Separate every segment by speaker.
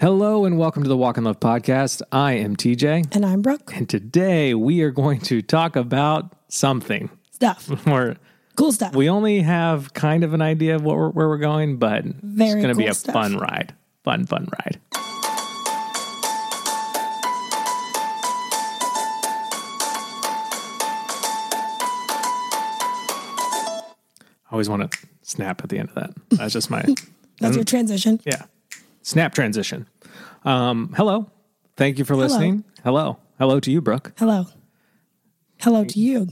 Speaker 1: Hello and welcome to the Walk in Love podcast. I am TJ,
Speaker 2: And I'm Brooke.
Speaker 1: and today we are going to talk about something.
Speaker 2: Stuff.
Speaker 1: We're,
Speaker 2: Cool stuff.
Speaker 1: we only have kind of an idea of what we're, where we're going, but it's
Speaker 2: Very
Speaker 1: going to be
Speaker 2: cool
Speaker 1: a
Speaker 2: stuff.
Speaker 1: fun ride. Fun, fun ride. I always want to snap at the end of that. That's just my
Speaker 2: That's your transition.
Speaker 1: Yeah. Snap transition. Um, hello. Thank you for listening. Hello. Hello to you, Brooke.
Speaker 2: Hello. Hello to you,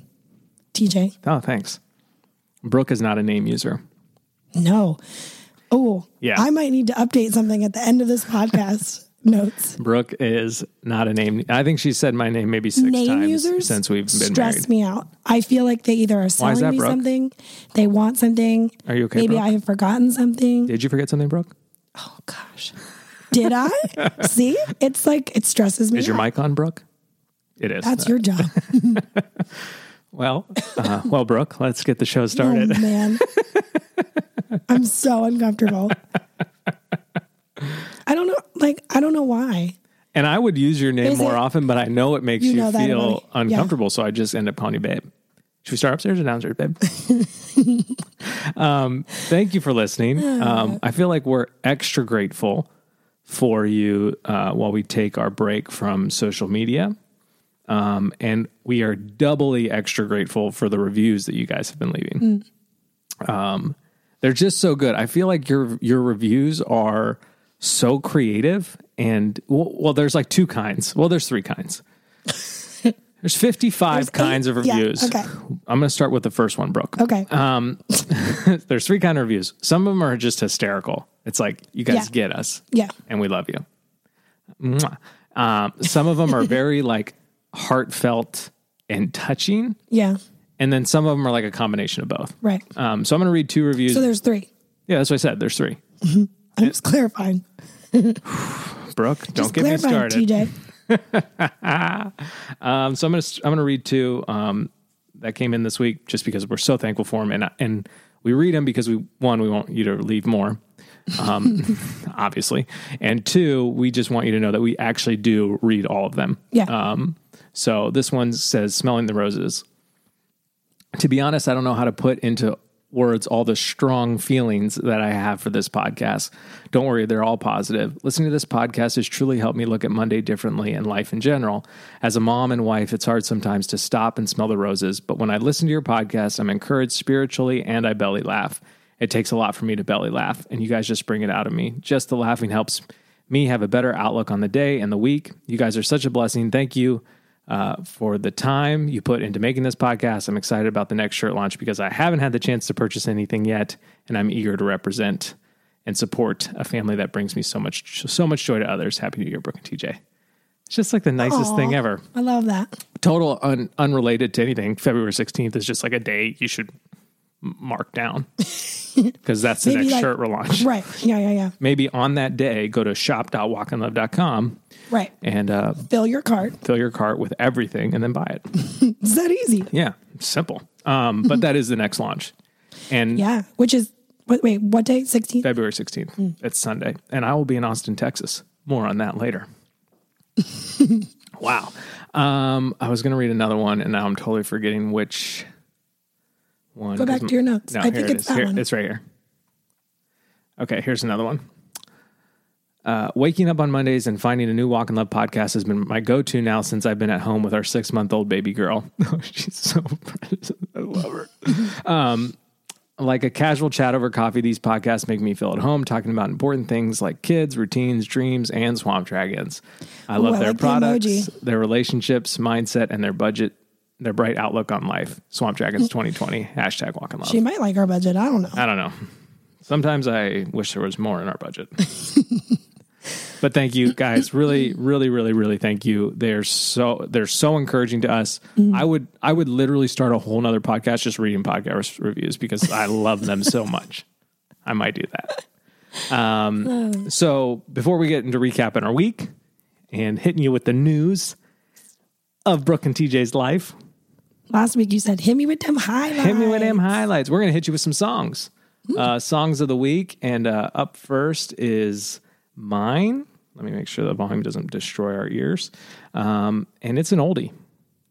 Speaker 2: TJ.
Speaker 1: Oh, thanks. Brooke is not a name user.
Speaker 2: No. Oh,
Speaker 1: Yeah.
Speaker 2: I might need to update something at the end of this podcast notes.
Speaker 1: Brooke is not a name. I think she said my name maybe six
Speaker 2: Name
Speaker 1: times
Speaker 2: users
Speaker 1: since we've been
Speaker 2: stress
Speaker 1: married.
Speaker 2: me out. I feel like they either are selling
Speaker 1: that,
Speaker 2: me
Speaker 1: Brooke?
Speaker 2: something, they want something.
Speaker 1: Are you okay,
Speaker 2: Maybe
Speaker 1: Brooke?
Speaker 2: I have forgotten something.
Speaker 1: Did you forget something, Brooke?
Speaker 2: Oh gosh. Did I? See? It's like it stresses me
Speaker 1: Is your
Speaker 2: out.
Speaker 1: mic on, Brooke? It is. Uh,
Speaker 2: That's your job.
Speaker 1: well, uh, well, Brooke, let's get the show
Speaker 2: Oh
Speaker 1: started.
Speaker 2: man. I'm so uncomfortable. I don't know like I don't know why.
Speaker 1: And I would use your name
Speaker 2: Is
Speaker 1: more
Speaker 2: it-
Speaker 1: often, but I know it makes you,
Speaker 2: You know that
Speaker 1: feel
Speaker 2: already. Yeah.
Speaker 1: uncomfortable. So I just end up calling you babe. Should we start upstairs or downstairs, babe? um, thank you for listening.
Speaker 2: Uh.
Speaker 1: Um, I feel like we're extra grateful for you uh, while we take our break from social media. Um, and we are doubly extra grateful for the reviews that you guys have been leaving. Um,
Speaker 2: Mm.
Speaker 1: they're just so good. I feel like your your reviews are so creative, and well, well there's like two kinds. Well, there's three kinds. there's 55
Speaker 2: There's eight-
Speaker 1: kinds of
Speaker 2: yeah,
Speaker 1: reviews.
Speaker 2: okay.
Speaker 1: I'm going to start with the first one, Brooke. Um,
Speaker 2: Okay.
Speaker 1: There's three kind of reviews. Some of them are just hysterical. It's like you guys
Speaker 2: Yeah.
Speaker 1: get us
Speaker 2: yeah.
Speaker 1: and we love you. Mwah. Um, some of them are very like heartfelt and touching,
Speaker 2: Yeah.
Speaker 1: and then some of them are like a combination of both.
Speaker 2: Right.
Speaker 1: Um, so I'm going to read two reviews.
Speaker 2: So there's three.
Speaker 1: yeah, that's what I said. There's three.
Speaker 2: I'm just clarifying.
Speaker 1: Brooke, don't
Speaker 2: Just
Speaker 1: get me
Speaker 2: clarifying,
Speaker 1: started.
Speaker 2: TJ.
Speaker 1: Um, so I'm going to I'm going to read two um, that came in this week just because we're so thankful for them, and and we read them because we one we want you to leave more, um, obviously, and two we just want you to know that we actually do read all of them.
Speaker 2: Yeah.
Speaker 1: Um, so this one says smelling the roses. To be honest, I don't know how to put into words all the strong feelings that I have for this podcast. Don't worry, they're all positive. Listening to this podcast has truly helped me look at Monday differently and life in general. As a mom and wife, it's hard sometimes to stop and smell the roses, but when I listen to your podcast, I'm encouraged spiritually and I belly laugh. It takes a lot for me to belly laugh, and you guys just bring it out of me. Just the laughing helps me have a better outlook on the day and the week. You guys are such a blessing. Thank you uh, for the time you put into making this podcast. I'm excited about the next shirt launch because I haven't had the chance to purchase anything yet, and I'm eager to represent and support a family that brings me so much so much joy to others. Happy New Year, Brooke and TJ. It's just like the nicest thing ever.
Speaker 2: I love that.
Speaker 1: Total un- unrelated to anything. February 16th is just like a day you should m- mark down because that's the
Speaker 2: Maybe
Speaker 1: next
Speaker 2: like-
Speaker 1: shirt relaunch.
Speaker 2: Right. Yeah, yeah, yeah. Right.
Speaker 1: Maybe on that day, go to shop.walkandlove.com and uh,
Speaker 2: Fill your cart.
Speaker 1: fill your cart with everything and then buy it.
Speaker 2: It's that easy.
Speaker 1: Yeah, simple. Um, but that is the next launch, and
Speaker 2: Yeah. Which is wait, wait what day? 16th?
Speaker 1: February sixteenth.
Speaker 2: Hmm.
Speaker 1: It's Sunday, and I will be in Austin, Texas. More on that later. wow. Um, I was going to read another one, and now I'm totally forgetting which one.
Speaker 2: Go back
Speaker 1: is-
Speaker 2: to your notes.
Speaker 1: No,
Speaker 2: I
Speaker 1: here
Speaker 2: think
Speaker 1: it
Speaker 2: it's
Speaker 1: is.
Speaker 2: that
Speaker 1: Here-
Speaker 2: one.
Speaker 1: It's right here. Okay, here's another one. Uh, waking up on Mondays and finding a new Walk in Love podcast has been my go to now since I've been at home with our six month old baby girl. Oh, She's so precious. I love her. Um, Like a casual chat over coffee, these podcasts make me feel at home talking about important things like kids, routines, dreams, and swamp dragons. I love
Speaker 2: I
Speaker 1: their
Speaker 2: like the
Speaker 1: products,
Speaker 2: emoji.
Speaker 1: their relationships, mindset, and their budget, their bright outlook on life. Swamp Dragons 2020, hashtag walk in love.
Speaker 2: She might like our budget. I don't know.
Speaker 1: I don't know. Sometimes I wish there was more in our budget. but thank you guys. Really, really, really, really thank you. They're so they're so encouraging to us. I would I would literally start a whole nother podcast just reading podcast reviews because I love them so much. I might do that. Um, so before we get into recapping our week and hitting you with the news of Brooke and TJ's life,
Speaker 2: Last week you said hit me with them highlights.
Speaker 1: Hit me with them highlights. We're gonna hit you with some Hmm. songs, uh, songs of the week, and uh, up first is mine. Let me make sure the volume doesn't destroy our ears. Um, and it's an oldie.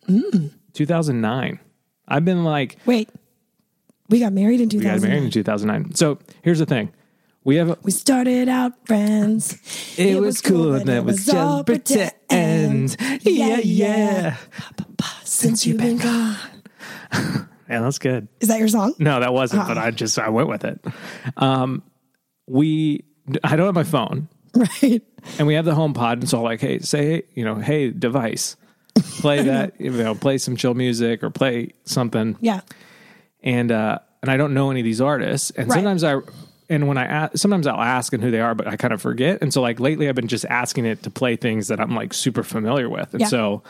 Speaker 1: Hmm. 2009. I've been like,
Speaker 2: Wait, we got married in
Speaker 1: we got
Speaker 2: 2000.
Speaker 1: married in 2009. So here's the thing. We have
Speaker 2: We started out friends.
Speaker 1: It, was, cool and it was just pretend. Yeah, yeah.
Speaker 2: Since you've been gone.
Speaker 1: Yeah, that's good.
Speaker 2: Is that your song?
Speaker 1: No, that wasn't, but I just I went with it. Um we I don't have my phone
Speaker 2: Right.
Speaker 1: and we have the home pod and it's all like, hey, say you know, hey, device, play that, you know, play some chill music or play something.
Speaker 2: Yeah.
Speaker 1: and uh, and I don't know any of these artists. And
Speaker 2: Right.
Speaker 1: sometimes I and when I ask, sometimes I'll ask and who they are, but I kind of forget. And so like lately, I've been just asking it to play things that I'm like super familiar with. And
Speaker 2: Yeah.
Speaker 1: so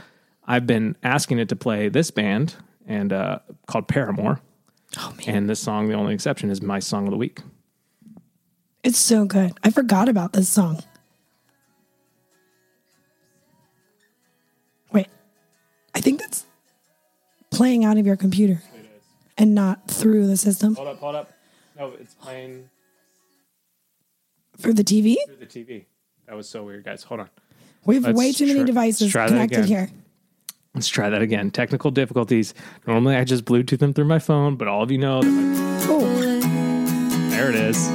Speaker 1: I've been asking it to play this band and uh, called Paramore.
Speaker 2: Oh, man.
Speaker 1: And this song, the only exception, is my song of the week.
Speaker 2: It's so good. I forgot about this song. Wait. I think that's playing out of your computer and not through the system
Speaker 1: Hold up, hold up. No, it's playing
Speaker 2: for the TV.
Speaker 1: through the TV. That was so weird, guys. Hold on.
Speaker 2: We have
Speaker 1: Let's
Speaker 2: way too
Speaker 1: try-
Speaker 2: many devices
Speaker 1: try that again.
Speaker 2: connected here.
Speaker 1: Let's try that again. Technical difficulties. Normally, I just Bluetooth them through my phone, but all of you know. That
Speaker 2: Oh,
Speaker 1: my, there it is.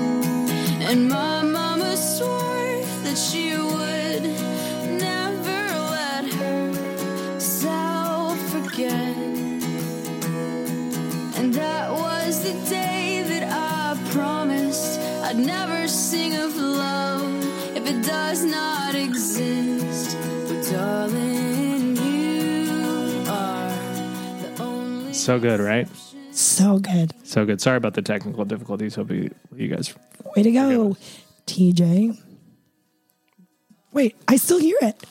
Speaker 3: And my mama swore that she would never let herself forget. And that was the day that I promised I'd never sing of love if it does not exist. But darling, you are the only.
Speaker 1: So good, right?
Speaker 2: so good.
Speaker 1: So good. Sorry about the technical difficulties. Hope you, you guys.
Speaker 2: Way to go, TJ. Wait, I still hear it.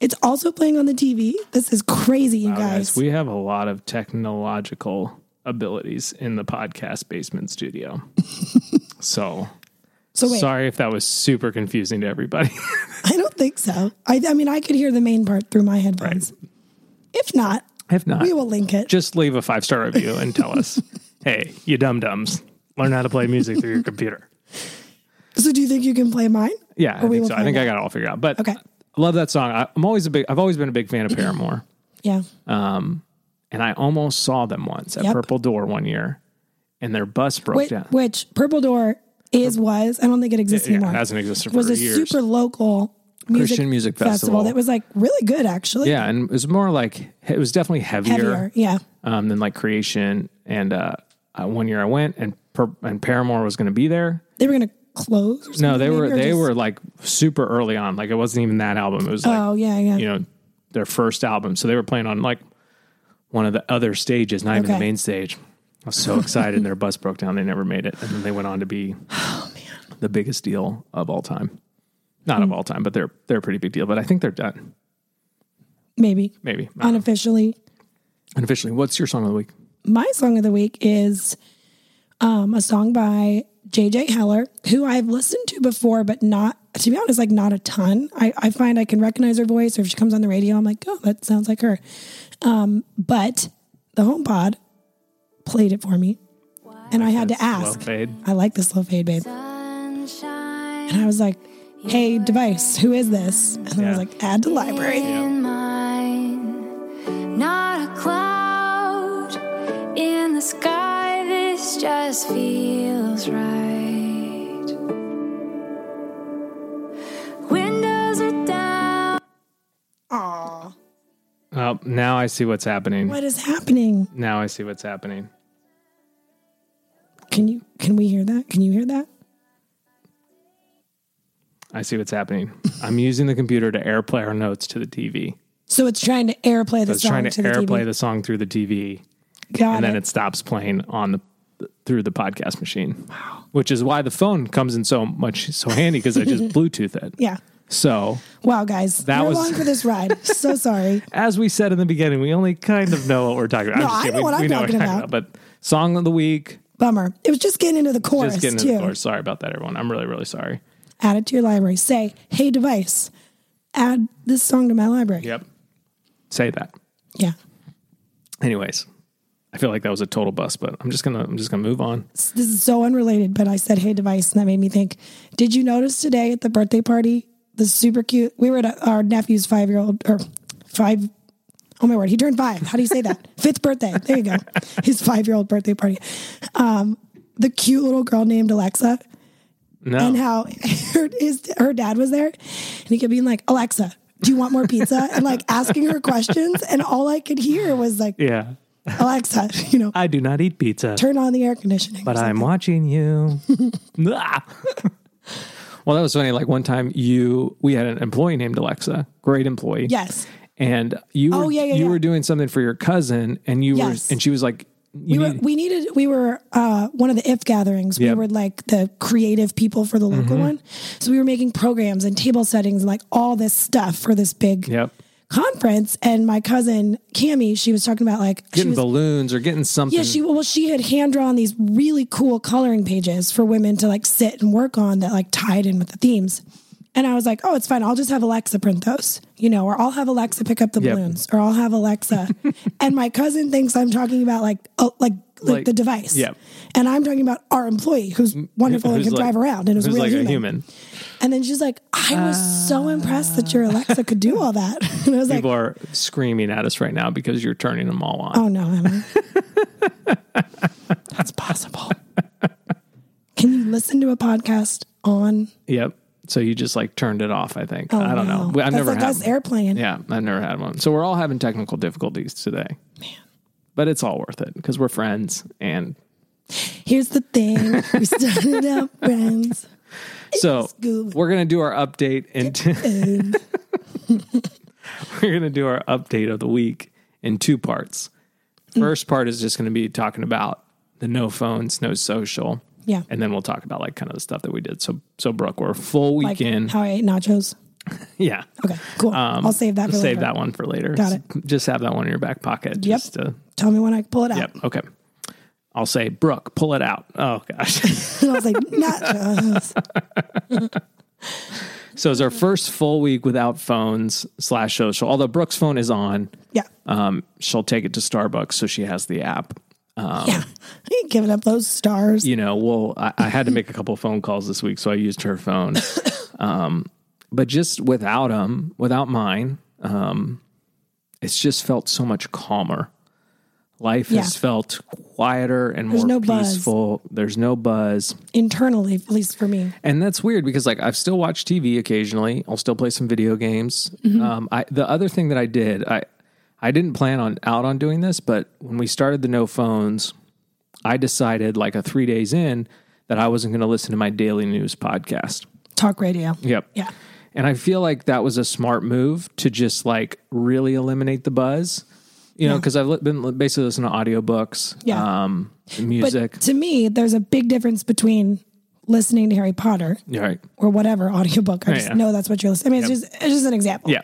Speaker 2: It's also playing on the TV. This is crazy, you
Speaker 1: Wow,
Speaker 2: guys.
Speaker 1: we have a lot of technological abilities in the podcast basement studio. so
Speaker 2: so wait,
Speaker 1: sorry if that was super confusing to everybody.
Speaker 2: I don't think so. I, I mean, I could hear the main part through my headphones. If not,
Speaker 1: if not,
Speaker 2: we will link it.
Speaker 1: just leave a five star review and tell us, hey, you dum dums, learn how to play music through your computer.
Speaker 2: so, do you think you can play mine?
Speaker 1: Yeah, I
Speaker 2: we
Speaker 1: think
Speaker 2: will
Speaker 1: so. I
Speaker 2: find
Speaker 1: think I
Speaker 2: out.
Speaker 1: got it all figured out. But
Speaker 2: Okay.
Speaker 1: I love that song. I, I'm always a big. I've always been a big fan of Paramore.
Speaker 2: Yeah.
Speaker 1: Oh, and I almost saw them once at
Speaker 2: Yep.
Speaker 1: Purple Door one year, and their bus broke
Speaker 2: Which,
Speaker 1: down.
Speaker 2: which Purple Door is was I don't think it exists
Speaker 1: Yeah, it
Speaker 2: anymore.
Speaker 1: hasn't existed
Speaker 2: was
Speaker 1: for
Speaker 2: a
Speaker 1: years.
Speaker 2: super local music
Speaker 1: Christian music festival.
Speaker 2: that was like really good actually.
Speaker 1: yeah, and it was more like it was definitely heavier,
Speaker 2: Heavier. Yeah.
Speaker 1: Um, than like Creation. And uh, uh, one year I went, and Pur- and Paramore was going to be there.
Speaker 2: They were gonna close. Or something
Speaker 1: No, they
Speaker 2: maybe,
Speaker 1: were
Speaker 2: or
Speaker 1: they
Speaker 2: just-
Speaker 1: were like super early on. Like it wasn't even that album. It was like
Speaker 2: Oh yeah, yeah.
Speaker 1: you know their first album, so they were playing on like one of the other stages, not even the
Speaker 2: Okay.
Speaker 1: main stage. I was so excited, and their bus broke down. They never made it, and then they went on to be
Speaker 2: Oh,
Speaker 1: the biggest deal of all time. Not
Speaker 2: Hmm.
Speaker 1: of all time, but they're they're a pretty big deal. But I think they're done.
Speaker 2: Maybe
Speaker 1: Maybe
Speaker 2: unofficially.
Speaker 1: unofficially. What's your song of the week?
Speaker 2: My song of the week is um, a song by JJ Heller, who I've listened to before, but not to be honest, like not a ton. I, I find I can recognize her voice, or if she comes on the radio, I'm like, oh, that sounds like her. Um, but the HomePod played it for me, and I had to
Speaker 1: Slow
Speaker 2: ask.
Speaker 1: fade.
Speaker 2: I like this little fade, babe.
Speaker 3: Sunshine.
Speaker 2: And I was like, hey, device, who is this? And then I was
Speaker 1: Yeah.
Speaker 2: like, add to library.
Speaker 3: in mine. Not a cloud in the sky, this just feels right. Windows are down.
Speaker 2: Aw,
Speaker 1: Oh, now I see what's happening.
Speaker 2: what is happening?
Speaker 1: Now I see what's happening.
Speaker 2: Can you can we hear that? Can you hear that?
Speaker 1: I see what's happening. I'm using the computer to AirPlay our notes to the TV.
Speaker 2: So it's trying to airplay
Speaker 1: I
Speaker 2: the
Speaker 1: was
Speaker 2: song
Speaker 1: trying to,
Speaker 2: to the
Speaker 1: AirPlay
Speaker 2: TV.
Speaker 1: the song through the TV.
Speaker 2: Got
Speaker 1: and then
Speaker 2: it.
Speaker 1: it stops playing on the through the podcast machine. Wow. Which is why the phone comes in so much so handy because I just Bluetooth it.
Speaker 2: yeah.
Speaker 1: So
Speaker 2: Wow, guys,
Speaker 1: That
Speaker 2: we're
Speaker 1: was-
Speaker 2: along for this ride. So sorry.
Speaker 1: as we said in the beginning, we only kind of know what we're talking about.
Speaker 2: No, I know what I'm talking
Speaker 1: but song of the week,
Speaker 2: Bummer. It was just getting into the chorus
Speaker 1: just getting
Speaker 2: too.
Speaker 1: to the course. Sorry about that, everyone. I'm really, really sorry.
Speaker 2: Add it to your library. Say, hey device, add this song to my library.
Speaker 1: Yep. Say that.
Speaker 2: Yeah.
Speaker 1: Anyways, I feel like that was a total bust, but I'm just gonna I'm just gonna move on.
Speaker 2: S- This is so unrelated, but I said hey device, and that made me think. Did you notice today at the birthday party the super cute. We were at our nephew's five year old or five. Oh my word, he turned five. How do you say that? Fifth birthday. There you go. His five year old birthday party. Um, the cute little girl named Alexa
Speaker 1: No.
Speaker 2: and how her, his, her dad was there and he kept being like, Alexa, do you want more pizza? And like asking her questions. And all I could hear was like,
Speaker 1: yeah.
Speaker 2: Alexa, you know,
Speaker 1: I do not eat pizza,
Speaker 2: turn on the air conditioning.
Speaker 1: but I'm watching you. Ah. well, that was funny. Like one time, you we had an employee named Alexa, great employee.
Speaker 2: yes.
Speaker 1: And you were,
Speaker 2: Oh, yeah, yeah,
Speaker 1: you
Speaker 2: yeah.
Speaker 1: were doing something for your cousin, and you
Speaker 2: Yes.
Speaker 1: were and she was like,
Speaker 2: We
Speaker 1: you
Speaker 2: were,
Speaker 1: need-
Speaker 2: we needed, we were uh, one of the if gatherings.
Speaker 1: Yep. Mm-hmm.
Speaker 2: We were like the creative people for the local one. So we were making programs and table settings and like all this stuff for this big
Speaker 1: yep,
Speaker 2: conference. And my cousin, Cammie, she was talking about like, she
Speaker 1: getting
Speaker 2: was
Speaker 1: balloons or getting something.
Speaker 2: Yeah, she well, she had hand drawn these really cool coloring pages for women to like sit and work on that like tied in with the themes. And I was like, oh, it's fine. I'll just have Alexa print those, you know, or I'll have Alexa pick up the
Speaker 1: Yep.
Speaker 2: balloons, or I'll have Alexa. and my cousin thinks I'm talking about like, oh, like, like,
Speaker 1: Like,
Speaker 2: the device.
Speaker 1: yep.
Speaker 2: And I'm talking about our employee who's wonderful
Speaker 1: who's
Speaker 2: and can
Speaker 1: like-
Speaker 2: drive around and is
Speaker 1: who's
Speaker 2: real
Speaker 1: like
Speaker 2: human.
Speaker 1: a human.
Speaker 2: And then she's like, I was so impressed that your Alexa could do all that. and I was like,
Speaker 1: People are screaming at us right now because you're turning them all on.
Speaker 2: Oh no, Emma. That's possible. Can you listen to a podcast on?
Speaker 1: Yep. So you just like turned it off. I think.
Speaker 2: Oh,
Speaker 1: I don't
Speaker 2: no.
Speaker 1: know. I've
Speaker 2: That's
Speaker 1: never
Speaker 2: like
Speaker 1: had.
Speaker 2: us airplane.
Speaker 1: Yeah, I've never had one. So we're all having technical difficulties today. Man. But it's all worth it because we're friends. And
Speaker 2: Here's the thing: we started out friends.
Speaker 1: so
Speaker 2: good.
Speaker 1: we're gonna do our update into we're gonna do our update of the week in two parts.
Speaker 2: Mm.
Speaker 1: First part is just gonna be talking about the no phones, no social.
Speaker 2: Yeah.
Speaker 1: And then we'll talk about like kind of the stuff that we did. So so Brooke, we're a full
Speaker 2: Like
Speaker 1: weekend.
Speaker 2: how I ate nachos.
Speaker 1: yeah.
Speaker 2: Okay, cool. I'll save that. For
Speaker 1: Um, Save
Speaker 2: later.
Speaker 1: that one for later.
Speaker 2: Got it.
Speaker 1: Just have that one in your back pocket.
Speaker 2: Yep.
Speaker 1: Just to,
Speaker 2: Tell me when I pull it out.
Speaker 1: yep. Okay. I'll say, Brooke, pull it out. Oh gosh.
Speaker 2: and I was like, nachos.
Speaker 1: So it's our first full week without phones slash social. Although Brooke's phone is on,
Speaker 2: Yeah,
Speaker 1: um, she'll take it to Starbucks, so she has the app. Um,
Speaker 2: yeah. I ain't giving up those stars.
Speaker 1: You know, well, I, I had to make a couple phone calls this week, so I used her phone. um, but just without them, without mine, um, it's just felt so much calmer. Life has
Speaker 2: Yeah.
Speaker 1: felt quieter and
Speaker 2: There's
Speaker 1: more
Speaker 2: no buzz.
Speaker 1: peaceful. There's no buzz.
Speaker 2: Internally, at least for me.
Speaker 1: And that's weird because like I've still watched TV occasionally. I'll still play some video games.
Speaker 2: Mm-hmm.
Speaker 1: Um, I the other thing that I did, I I didn't plan on out on doing this, but when we started the no phones, I decided like a three days in that I wasn't going to listen to my daily news podcast.
Speaker 2: Talk radio.
Speaker 1: Yep.
Speaker 2: Yeah.
Speaker 1: And I feel like that was a smart move to just like really eliminate the buzz. You know, because I've li- been li- basically listening to audiobooks,
Speaker 2: Yeah.
Speaker 1: um,
Speaker 2: But
Speaker 1: music.
Speaker 2: to me, there's a big difference between listening to Harry Potter
Speaker 1: Yeah, right.
Speaker 2: or whatever audiobook. I
Speaker 1: Yeah,
Speaker 2: just
Speaker 1: yeah.
Speaker 2: know that's what you're listening. I mean, it's, just, it's just an example.
Speaker 1: Yeah.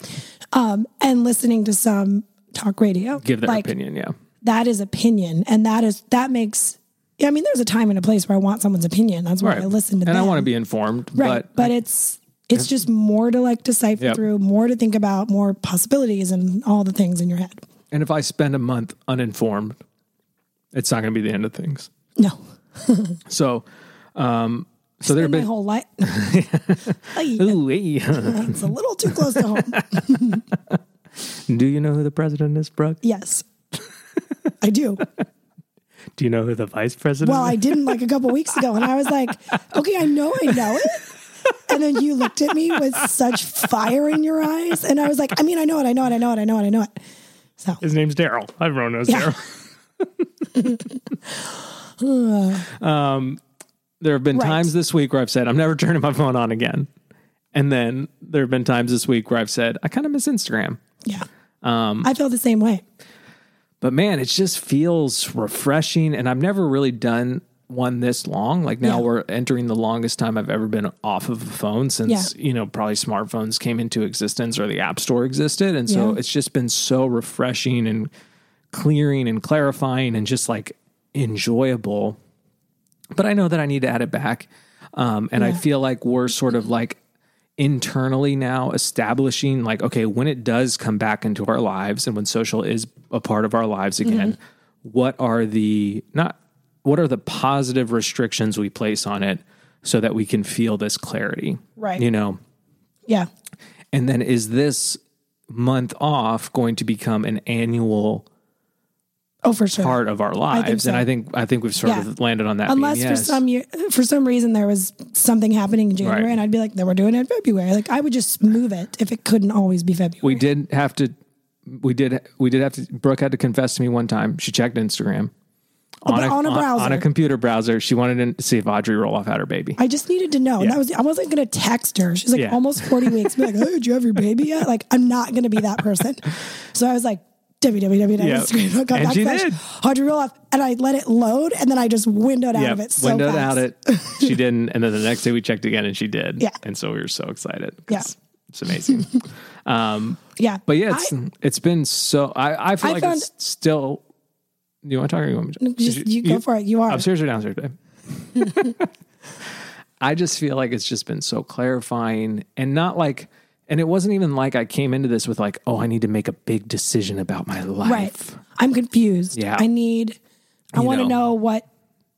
Speaker 2: Um, and listening to some talk radio.
Speaker 1: Give their
Speaker 2: like,
Speaker 1: opinion. Yeah.
Speaker 2: That is opinion. And that is, that makes, yeah, I mean, there's a time and a place where I want someone's opinion. That's why I listen to
Speaker 1: and
Speaker 2: them.
Speaker 1: I want to be informed,
Speaker 2: Right. But,
Speaker 1: but
Speaker 2: it's, it's just more to like decipher
Speaker 1: Yep.
Speaker 2: through, more to think about, more possibilities and all the things in your head.
Speaker 1: And if I spend a month uninformed, it's not going to be the end of things.
Speaker 2: No.
Speaker 1: So, um, so there have
Speaker 2: my
Speaker 1: been.
Speaker 2: whole life. Ay,
Speaker 1: Ooh, hey.
Speaker 2: it's a little too close to home.
Speaker 1: Do you know who the president is, Brooke?
Speaker 2: Yes. I do.
Speaker 1: Do you know who the vice president
Speaker 2: Well,
Speaker 1: is?
Speaker 2: I didn't like a couple weeks ago, and I was like, okay, I know I know it. And then you looked at me with such fire in your eyes, and I was like, I mean, I know it, I know it, I know it, I know it, I know it. So
Speaker 1: His name's Daryl. Everyone knows
Speaker 2: Yeah.
Speaker 1: Um, There have been
Speaker 2: Right.
Speaker 1: times this week where I've said, I'm never turning my phone on again. And then there have been times this week where I've said, I kind of miss Instagram.
Speaker 2: yeah,
Speaker 1: Um,
Speaker 2: I feel the same way.
Speaker 1: But man, it just feels refreshing. And I've never really done one this long. Like now
Speaker 2: Yeah.
Speaker 1: we're entering the longest time I've ever been off of a phone since, you know, probably smartphones came into existence or the app store existed. And so
Speaker 2: Yeah.
Speaker 1: it's just been so refreshing and clearing and clarifying and just like enjoyable. But I know that I need to add it back. Um, and I
Speaker 2: Yeah.
Speaker 1: feel like we're sort of like internally now establishing like okay when it does come back into our lives and when social is a part of our lives
Speaker 2: Mm-hmm.
Speaker 1: again what are the not what are the positive restrictions we place on it so that we can feel this clarity
Speaker 2: Right.
Speaker 1: you know
Speaker 2: Yeah,
Speaker 1: And then is this month off going to become an annual
Speaker 2: Oh, for sure.
Speaker 1: part of our lives?
Speaker 2: so.
Speaker 1: And I think I think we've sort
Speaker 2: Yeah.
Speaker 1: of landed on that. E being
Speaker 2: Unless for
Speaker 1: yes.
Speaker 2: some year, for some reason there was something happening in January,
Speaker 1: Right.
Speaker 2: and I'd be like, "Then we're doing it in February." Like I would just move it if it couldn't always be February.
Speaker 1: we did have to we did we did have to Brooke had to confess to me one time she checked Instagram
Speaker 2: Oh, but on a browser.
Speaker 1: on a computer browser. She wanted to see if Audrey Roloff had her baby.
Speaker 2: I just needed to know. And
Speaker 1: Yeah.
Speaker 2: that was I wasn't gonna text her. She's like
Speaker 1: Yeah.
Speaker 2: almost 40 weeks. Be like, oh, did you have your baby yet? Like, I'm not gonna be that person. so I was like, www.instagram.com
Speaker 1: And she did.
Speaker 2: backslash Audrey Roloff. And I let it load and then I just windowed out
Speaker 1: Yeah,
Speaker 2: of it so
Speaker 1: windowed out
Speaker 2: fast.
Speaker 1: it. She didn't, and then the next day we checked again, and she did.
Speaker 2: Yeah.
Speaker 1: and so we were so excited.
Speaker 2: Yeah.
Speaker 1: 'cause it's amazing.
Speaker 2: Yeah.
Speaker 1: but yeah, it's
Speaker 2: I-
Speaker 1: it's been so. I I feel
Speaker 2: I
Speaker 1: like
Speaker 2: found-
Speaker 1: it's still. You want to talk or you want me to?
Speaker 2: just- you go for it. You are.
Speaker 1: upstairs or downstairs, babe. I just feel like it's just been so clarifying and not like. And it wasn't even like I came into this with like, oh, I need to make a big decision about my life.
Speaker 2: right. I'm confused.
Speaker 1: Yeah.
Speaker 2: I need I
Speaker 1: You
Speaker 2: wanna
Speaker 1: know.
Speaker 2: know. what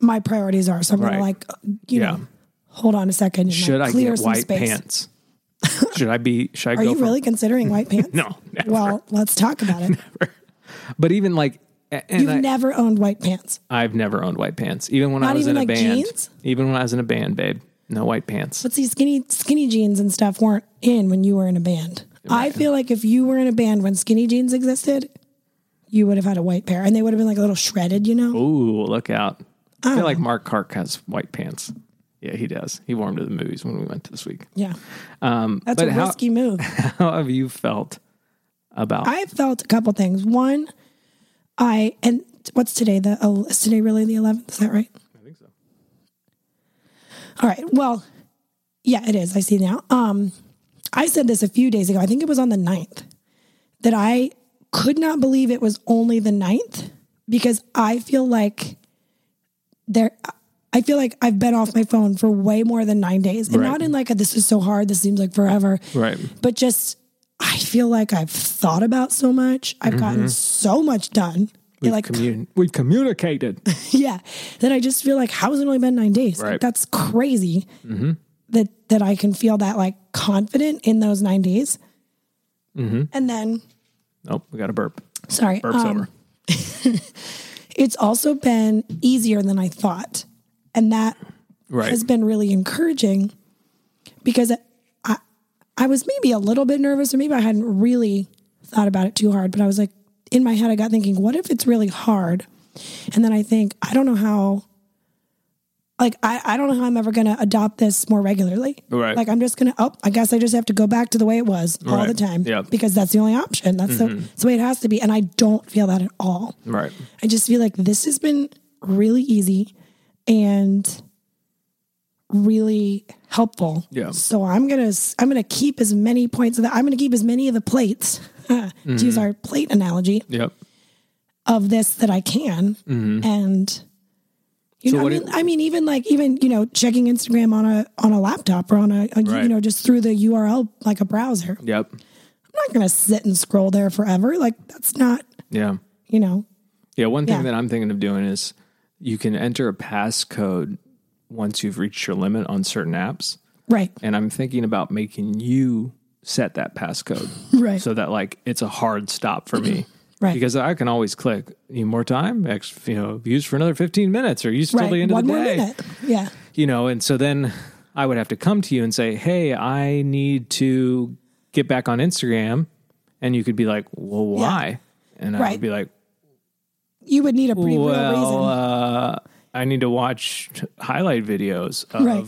Speaker 2: my priorities are. So I'm
Speaker 1: Right.
Speaker 2: gonna like you
Speaker 1: Yeah.
Speaker 2: know, hold on a second. And
Speaker 1: Should
Speaker 2: like,
Speaker 1: I
Speaker 2: clear
Speaker 1: get
Speaker 2: some
Speaker 1: white
Speaker 2: space.
Speaker 1: pants? Should I be? Should I
Speaker 2: Are
Speaker 1: go
Speaker 2: you
Speaker 1: for
Speaker 2: really considering white pants?
Speaker 1: No, never.
Speaker 2: Well, let's talk about it.
Speaker 1: But even like, a- and
Speaker 2: You've
Speaker 1: I,
Speaker 2: never owned white pants.
Speaker 1: I've never owned white pants. Even when I
Speaker 2: Not
Speaker 1: was
Speaker 2: even,
Speaker 1: in a
Speaker 2: like,
Speaker 1: band,
Speaker 2: jeans?
Speaker 1: even when I was in a band, babe, no white pants.
Speaker 2: But see, skinny skinny jeans and stuff weren't in when you were in a band. I feel like if you were in a band when skinny jeans existed, you would have had a white pair, and they would have been like a little shredded, you know.
Speaker 1: Ooh, look out! I
Speaker 2: Uh.
Speaker 1: feel like Mark Kark has white pants. Yeah, he does. He wore them to the movies when we went this week.
Speaker 2: Yeah, that's
Speaker 1: Um, but
Speaker 2: a
Speaker 1: how-
Speaker 2: risky move.
Speaker 1: How have you felt about?
Speaker 2: I felt a couple things. One, I and what's today? The el- is today really the eleventh? Is that right? I think
Speaker 1: so.
Speaker 2: All right. Well, yeah, it is. I see now. Um, I said this a few days ago. I think it was on the 9th that I could not believe it was only the 9th because I feel like there. I feel like I've been off my phone for way more than nine days, and
Speaker 1: Right.
Speaker 2: not in like a, this is so hard. This seems like forever
Speaker 1: Right.
Speaker 2: but just I feel like I've thought about so much. I've
Speaker 1: Mm-hmm.
Speaker 2: gotten so much done. It,
Speaker 1: we've
Speaker 2: like
Speaker 1: commun- we've communicated.
Speaker 2: yeah, that I just feel like how has it only been nine days?
Speaker 1: Right. Mm-hmm.
Speaker 2: Like, that's crazy. That that I can feel that like confident in those nine days. And then
Speaker 1: nope, Oh, we got a burp.
Speaker 2: sorry,
Speaker 1: Mm-hmm. Burp's
Speaker 2: um,
Speaker 1: over.
Speaker 2: it's also been easier than I thought, and that
Speaker 1: Right.
Speaker 2: has been really encouraging because I I was maybe a little bit nervous or maybe I hadn't really thought about it too hard, but I was like in my head I got thinking, what if it's really hard? And then I think, I don't know how like I, I don't know how I'm ever gonna adopt this more regularly.
Speaker 1: Right.
Speaker 2: Like I'm just gonna oh, I guess I just have to go back to the way it was all
Speaker 1: Right.
Speaker 2: the time.
Speaker 1: Yep. Mm-hmm.
Speaker 2: Because that's the only option. That's the, that's the way it has to be. And I don't feel that at all.
Speaker 1: Right.
Speaker 2: I just feel like this has been really easy and really helpful.
Speaker 1: Yeah.
Speaker 2: So I'm gonna I'm gonna keep as many points of that. I'm gonna keep as many of the plates to
Speaker 1: Mm-hmm.
Speaker 2: use our plate analogy
Speaker 1: Yep.
Speaker 2: of this that I can. And you
Speaker 1: Mm-hmm. So
Speaker 2: know, I
Speaker 1: what
Speaker 2: mean,
Speaker 1: it-
Speaker 2: I mean, even like even you know, checking Instagram on a on a laptop or on a, a
Speaker 1: Right.
Speaker 2: you know just through the URL like a browser. I'm
Speaker 1: Yep.
Speaker 2: not gonna sit and scroll there forever. Like that's not
Speaker 1: Yeah.
Speaker 2: you know
Speaker 1: Yeah, one thing
Speaker 2: Yeah.
Speaker 1: that I'm thinking of doing is you can enter a passcode once you've reached your limit on certain apps.
Speaker 2: right
Speaker 1: And I'm thinking about making you set that passcode.
Speaker 2: Right.
Speaker 1: So that like it's a hard stop for me.
Speaker 2: Right.
Speaker 1: Because I can always click need more time, Ex, you know, use for another 15 minutes or use till the end
Speaker 2: one
Speaker 1: of the
Speaker 2: more
Speaker 1: day.
Speaker 2: minute. Yeah.
Speaker 1: You know, and so then I would have to come to you and say, "Hey, I need to get back on Instagram." And you could be like, "Well, why?" And I
Speaker 2: Right.
Speaker 1: would be like,
Speaker 2: you would need a pretty real reason.
Speaker 1: well, uh, I need to watch highlight videos of,
Speaker 2: Right.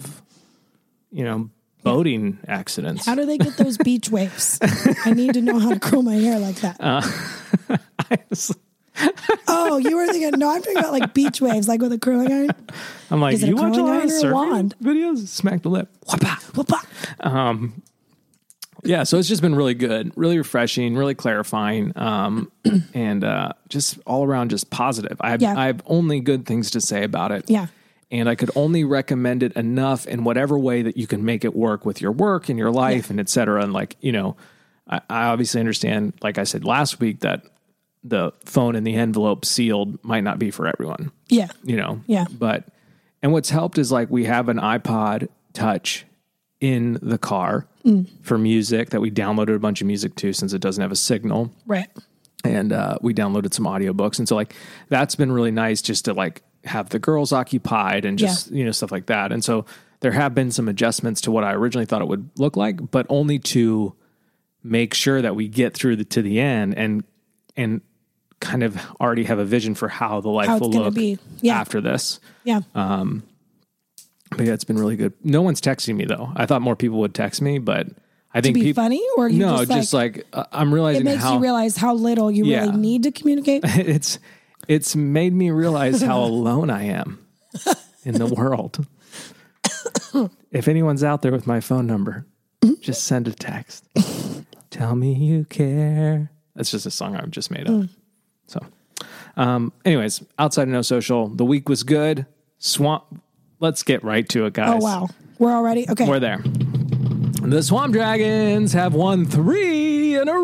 Speaker 1: you know, boating accidents.
Speaker 2: how do they get those beach waves? I need to know how to curl my hair like that.
Speaker 1: Uh.
Speaker 2: oh, you were thinking, no, I'm talking about like beach waves, like with a curling iron.
Speaker 1: I'm like,
Speaker 2: Is it a
Speaker 1: you watch a
Speaker 2: curling
Speaker 1: lot of
Speaker 2: iron or a
Speaker 1: surfing
Speaker 2: wand?"
Speaker 1: videos? Smack the lip. Whoppa.
Speaker 2: Whoop-ah.
Speaker 1: Yeah, so it's just been really good, really refreshing, really clarifying, um, and uh, just all around just positive. I have,
Speaker 2: Yeah.
Speaker 1: I have only good things to say about it.
Speaker 2: Yeah.
Speaker 1: And I could only recommend it enough in whatever way that you can make it work with your work and your life and et cetera. And like, you know, I, I obviously understand, like I said last week, that the phone in the envelope sealed might not be for everyone
Speaker 2: Yeah.
Speaker 1: you know.
Speaker 2: Yeah.
Speaker 1: But and what's helped is like we have an iPod touch in the car for music that we downloaded a bunch of music to since it doesn't have a signal
Speaker 2: Right.
Speaker 1: and uh, we downloaded some audiobooks and so like that's been really nice just to like have the girls occupied and just you know stuff like that and so there have been some adjustments to what i originally thought it would look like but only to make sure that we get through the, to the end and and kind of already have a vision for how the life
Speaker 2: How it's
Speaker 1: will
Speaker 2: gonna
Speaker 1: look
Speaker 2: be. Yeah.
Speaker 1: after this
Speaker 2: Yeah.
Speaker 1: Uh, but yeah it's been really good no one's texting me though i thought more people would text me but i think
Speaker 2: be
Speaker 1: people
Speaker 2: funny, or you
Speaker 1: no
Speaker 2: just like,
Speaker 1: like, uh, i'm realizing
Speaker 2: it makes
Speaker 1: how
Speaker 2: you realize how little you
Speaker 1: Yeah.
Speaker 2: really need to communicate.
Speaker 1: it's it's made me realize how alone I am in the world. if anyone's out there with my phone number, just send a text. Tell me you care. That's just a song I've just made up. So, um, anyways, outside of no social, the week was good. Swamp. Let's get right to it,
Speaker 2: Oh
Speaker 1: guys.
Speaker 2: wow, we're already okay.
Speaker 1: We're there. The Swamp Dragons have won three in a